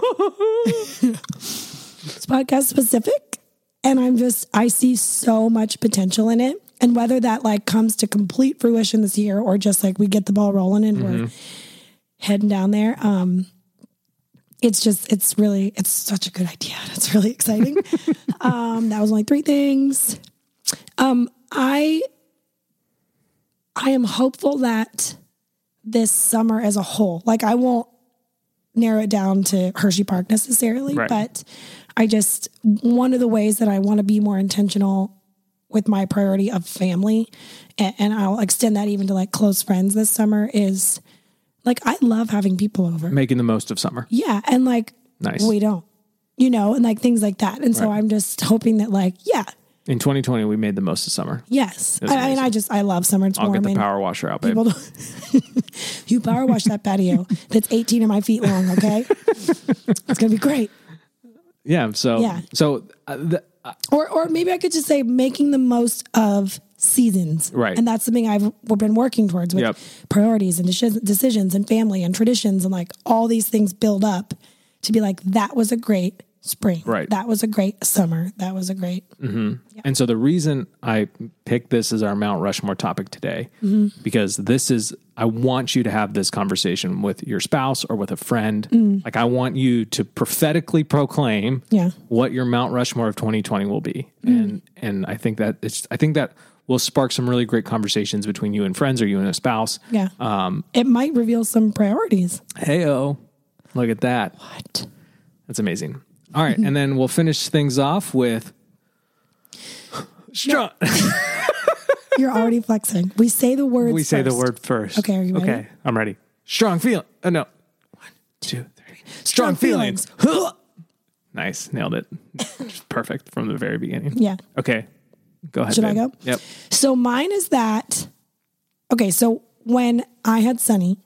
Speaker 2: it's podcast specific, and I'm just I see so much potential in it. And whether that like comes to complete fruition this year or just like we get the ball rolling and we're
Speaker 1: Mm-hmm.
Speaker 2: heading down there, um, it's just it's really it's such a good idea. and It's really exciting. um, that was only three things. Um, I I am hopeful that this summer as a whole, like I won't narrow it down to Hershey Park necessarily,
Speaker 1: Right.
Speaker 2: but I just one of the ways that I want to be more intentional with my priority of family, and, and I'll extend that even to like close friends this summer is like I love having people over.
Speaker 1: Making the most of summer.
Speaker 2: Yeah, and like
Speaker 1: Nice.
Speaker 2: we don't, you know, and like things like that. And so I'm just hoping that like yeah,
Speaker 1: In 2020, we made the most of summer.
Speaker 2: yes.
Speaker 1: That's
Speaker 2: I, I mean, I
Speaker 1: amazing.
Speaker 2: just I love summer. It's
Speaker 1: I'll
Speaker 2: warm
Speaker 1: get the
Speaker 2: and
Speaker 1: power washer out, babe.
Speaker 2: people don't- you power wash that patio that's 18 of my feet long. Okay, it's gonna be great.
Speaker 1: Yeah. So,
Speaker 2: Yeah.
Speaker 1: so uh, th-
Speaker 2: Or or maybe I could just say making the most of seasons.
Speaker 1: Right.
Speaker 2: And that's something I've we've been working towards with
Speaker 1: Yep.
Speaker 2: priorities and deci- decisions and family and traditions and like all these things build up to be like that was a great spring.
Speaker 1: Right. Mm-hmm.
Speaker 2: That was a great summer. That was a great
Speaker 1: And so the reason I picked this as our Mount Rushmore topic today,
Speaker 2: Mm-hmm.
Speaker 1: because this is, I want you to have this conversation with your spouse or with a friend. Like, I want you to prophetically proclaim
Speaker 2: Mm. Yeah. Mm.
Speaker 1: what your Mount Rushmore of 2020 will be. And, and I think that it's, I think that will spark some really great conversations between you and friends or you and a spouse.
Speaker 2: yeah. Um it might reveal some priorities.
Speaker 1: Hey, oh, look at that.
Speaker 2: What?
Speaker 1: That's amazing. All right.
Speaker 2: Mm-hmm.
Speaker 1: and then we'll finish things off with. Strong.
Speaker 2: You're already flexing. We say the words.
Speaker 1: we say the
Speaker 2: first.
Speaker 1: word first.
Speaker 2: Okay, are you ready?
Speaker 1: Okay, I'm ready. Strong feeling. Oh, no. One, two, three. Strong,
Speaker 2: Strong
Speaker 1: feelings.
Speaker 2: feelings.
Speaker 1: nice. Nailed it. Just perfect from the very beginning.
Speaker 2: Yeah.
Speaker 1: Okay. Go ahead.
Speaker 2: Should I
Speaker 1: babe.
Speaker 2: go?
Speaker 1: Yep.
Speaker 2: So mine is that. Okay, so when I had Sunny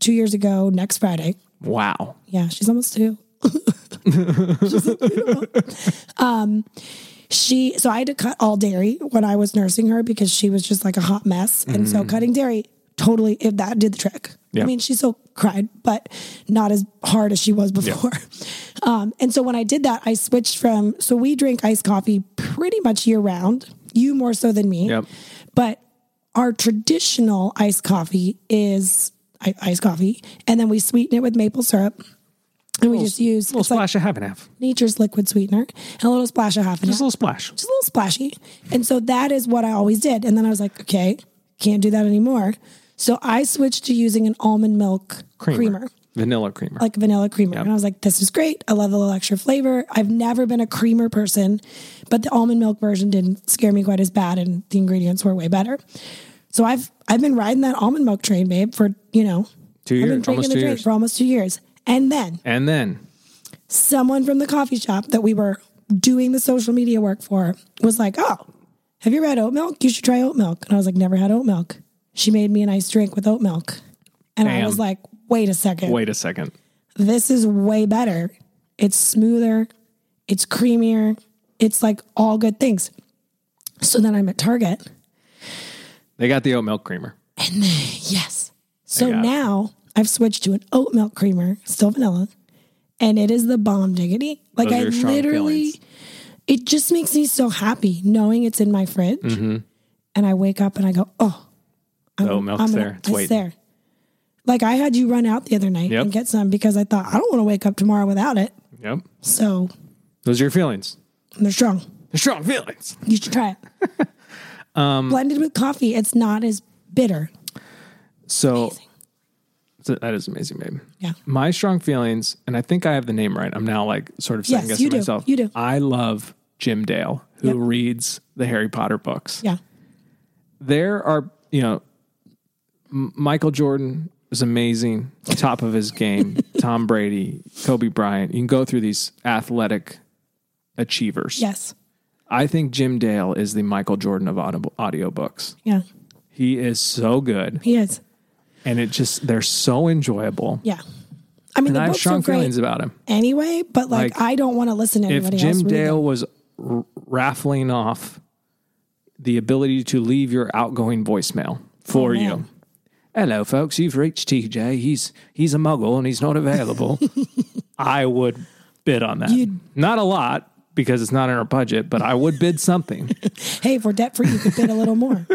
Speaker 2: two years ago, next Friday.
Speaker 1: Wow.
Speaker 2: Yeah, she's almost two. She's so beautiful. um, she so I had to cut all dairy when I was nursing her because she was just like a hot mess, and so cutting dairy totally if that did the trick.
Speaker 1: Mm-hmm. Yeah.
Speaker 2: I mean, she still cried, but not as hard as she was before. Um, and so when I did that, I switched from so we drink iced coffee pretty much year round. You more so than me.
Speaker 1: Yep.
Speaker 2: But our traditional iced coffee is i- iced coffee, and then we sweeten it with maple syrup, and we just use
Speaker 1: A little
Speaker 2: it's like
Speaker 1: splash of half and half.
Speaker 2: nature's liquid sweetener and a little splash of half and
Speaker 1: Just
Speaker 2: half,
Speaker 1: a little splash.
Speaker 2: just a little splashy. And so that is what I always did. And then I was like, okay, can't do that anymore. So I switched to using an almond milk
Speaker 1: Creamer.
Speaker 2: creamer.
Speaker 1: Vanilla creamer.
Speaker 2: Like vanilla creamer. And I was like, this is great. I love the little extra flavor. I've never been a creamer person, but the almond milk version didn't scare me quite as bad and the ingredients were way better. So I've I've been riding that almond milk train, babe, for you know
Speaker 1: Two
Speaker 2: I've
Speaker 1: years.
Speaker 2: been drinking
Speaker 1: Almost
Speaker 2: the
Speaker 1: two
Speaker 2: drink
Speaker 1: years.
Speaker 2: for almost two years. And then
Speaker 1: And then
Speaker 2: someone from the coffee shop that we were doing the social media work for her was like, Oh, have you read oat milk? You should try oat milk. And I was like, Never had oat milk. She made me an iced drink with oat milk. And I
Speaker 1: Bam.
Speaker 2: was like, Wait a second.
Speaker 1: Wait a second.
Speaker 2: This is way better. It's smoother. It's creamier. It's like all good things. So then I'm at Target.
Speaker 1: They got the oat milk creamer.
Speaker 2: Yes. So
Speaker 1: got it.
Speaker 2: now I've switched to an oat milk creamer, still vanilla, and it is the bomb diggity. Like
Speaker 1: Those are
Speaker 2: I
Speaker 1: your strong
Speaker 2: literally,
Speaker 1: feelings.
Speaker 2: it just makes me so happy knowing it's in my fridge. And I wake up and I go, oh,
Speaker 1: The Mm-hmm. oat milk's
Speaker 2: I'm gonna-
Speaker 1: there. it's waiting.
Speaker 2: there. Like I had you run out the other night
Speaker 1: Yep.
Speaker 2: and get some because I thought I don't want to wake up tomorrow without it.
Speaker 1: Yep.
Speaker 2: So
Speaker 1: Those are your feelings.
Speaker 2: they're strong.
Speaker 1: They're strong feelings.
Speaker 2: You should try it.
Speaker 1: Um,
Speaker 2: Blended with coffee, it's not as bitter.
Speaker 1: So, so that is amazing, babe.
Speaker 2: Yeah.
Speaker 1: My strong feelings, and I think I have the name right. I'm now like sort of
Speaker 2: Yes,
Speaker 1: second guessing
Speaker 2: you do.
Speaker 1: myself.
Speaker 2: You do.
Speaker 1: I love Jim Dale, who
Speaker 2: Yep.
Speaker 1: reads the Harry Potter books.
Speaker 2: Yeah.
Speaker 1: There are, you know, M- Michael Jordan is amazing, top of his game. Tom Brady, Kobe Bryant. You can go through these athletic achievers.
Speaker 2: Yes.
Speaker 1: I think Jim Dale is the Michael Jordan of audible, audiobooks.
Speaker 2: Yeah.
Speaker 1: He is so good,
Speaker 2: He is.
Speaker 1: and it just they're so enjoyable.
Speaker 2: Yeah. I mean,
Speaker 1: And
Speaker 2: the
Speaker 1: I have
Speaker 2: books are
Speaker 1: strong
Speaker 2: great
Speaker 1: feelings about him.
Speaker 2: anyway, but like,
Speaker 1: Like,
Speaker 2: I don't want to listen to
Speaker 1: If
Speaker 2: anybody else.
Speaker 1: Jim
Speaker 2: read
Speaker 1: Dale
Speaker 2: them.
Speaker 1: was r- raffling off the ability to leave your outgoing voicemail for
Speaker 2: Oh,
Speaker 1: you.
Speaker 2: man.
Speaker 1: Hello, folks. You've reached TJ. He's he's a muggle and he's not available. I would bid on that.
Speaker 2: You'd-
Speaker 1: not a lot because it's not in our budget, but I would bid something.
Speaker 2: hey, if we're debt free, you could bid a little more.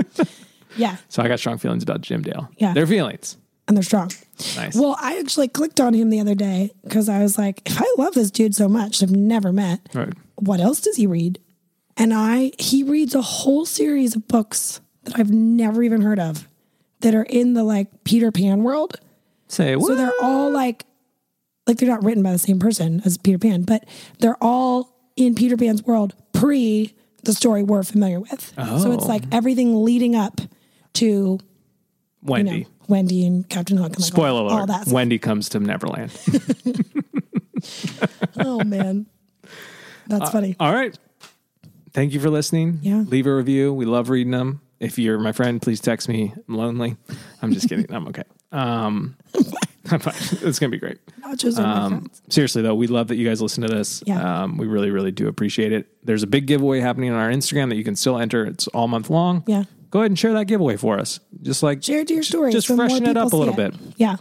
Speaker 2: yeah,
Speaker 1: So I got strong feelings about Jim Dale.
Speaker 2: Yeah.
Speaker 1: their feelings.
Speaker 2: and they're strong.
Speaker 1: Nice.
Speaker 2: Well, I actually clicked on him the other day because I was like, if I love this dude so much, I've never met.
Speaker 1: Right.
Speaker 2: What else does he read? And I, he reads a whole series of books that I've never even heard of that are in the like Peter Pan world.
Speaker 1: Say what?
Speaker 2: So they're all like, like they're not written by the same person as Peter Pan, but they're all in Peter Pan's world pre the story we're familiar with. So it's
Speaker 1: Oh.
Speaker 2: like everything leading up to you
Speaker 1: Wendy.
Speaker 2: know, Wendy and Captain Hook. And like
Speaker 1: Spoiler
Speaker 2: all,
Speaker 1: alert.
Speaker 2: All that. stuff.
Speaker 1: Wendy comes to Neverland.
Speaker 2: oh man,
Speaker 1: Uh,
Speaker 2: that's funny.
Speaker 1: All right. Thank you for listening.
Speaker 2: Yeah.
Speaker 1: Leave a review. We love reading them. If you're my friend, please text me. I'm lonely. I'm just kidding. I'm okay. Um, I'm fine. It's going to be great.
Speaker 2: Nachos are my
Speaker 1: Um,
Speaker 2: friends.
Speaker 1: seriously, though, we love that you guys listen to this.
Speaker 2: Yeah.
Speaker 1: Um, we really, really do appreciate it. There's a big giveaway happening on our Instagram that you can still enter. It's all month long.
Speaker 2: Yeah.
Speaker 1: Go ahead and share that giveaway for us. Just like
Speaker 2: Share it to your story.
Speaker 1: Just
Speaker 2: so more
Speaker 1: freshen it
Speaker 2: people
Speaker 1: up a
Speaker 2: see
Speaker 1: little
Speaker 2: it.
Speaker 1: bit.
Speaker 2: Yeah,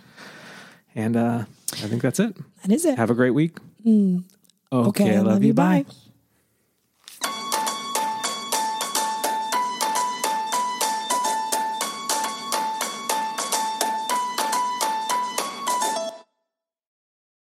Speaker 1: And uh, I think that's it.
Speaker 2: that is it.
Speaker 1: Have a great week.
Speaker 2: Mm. okay, I love you. Bye.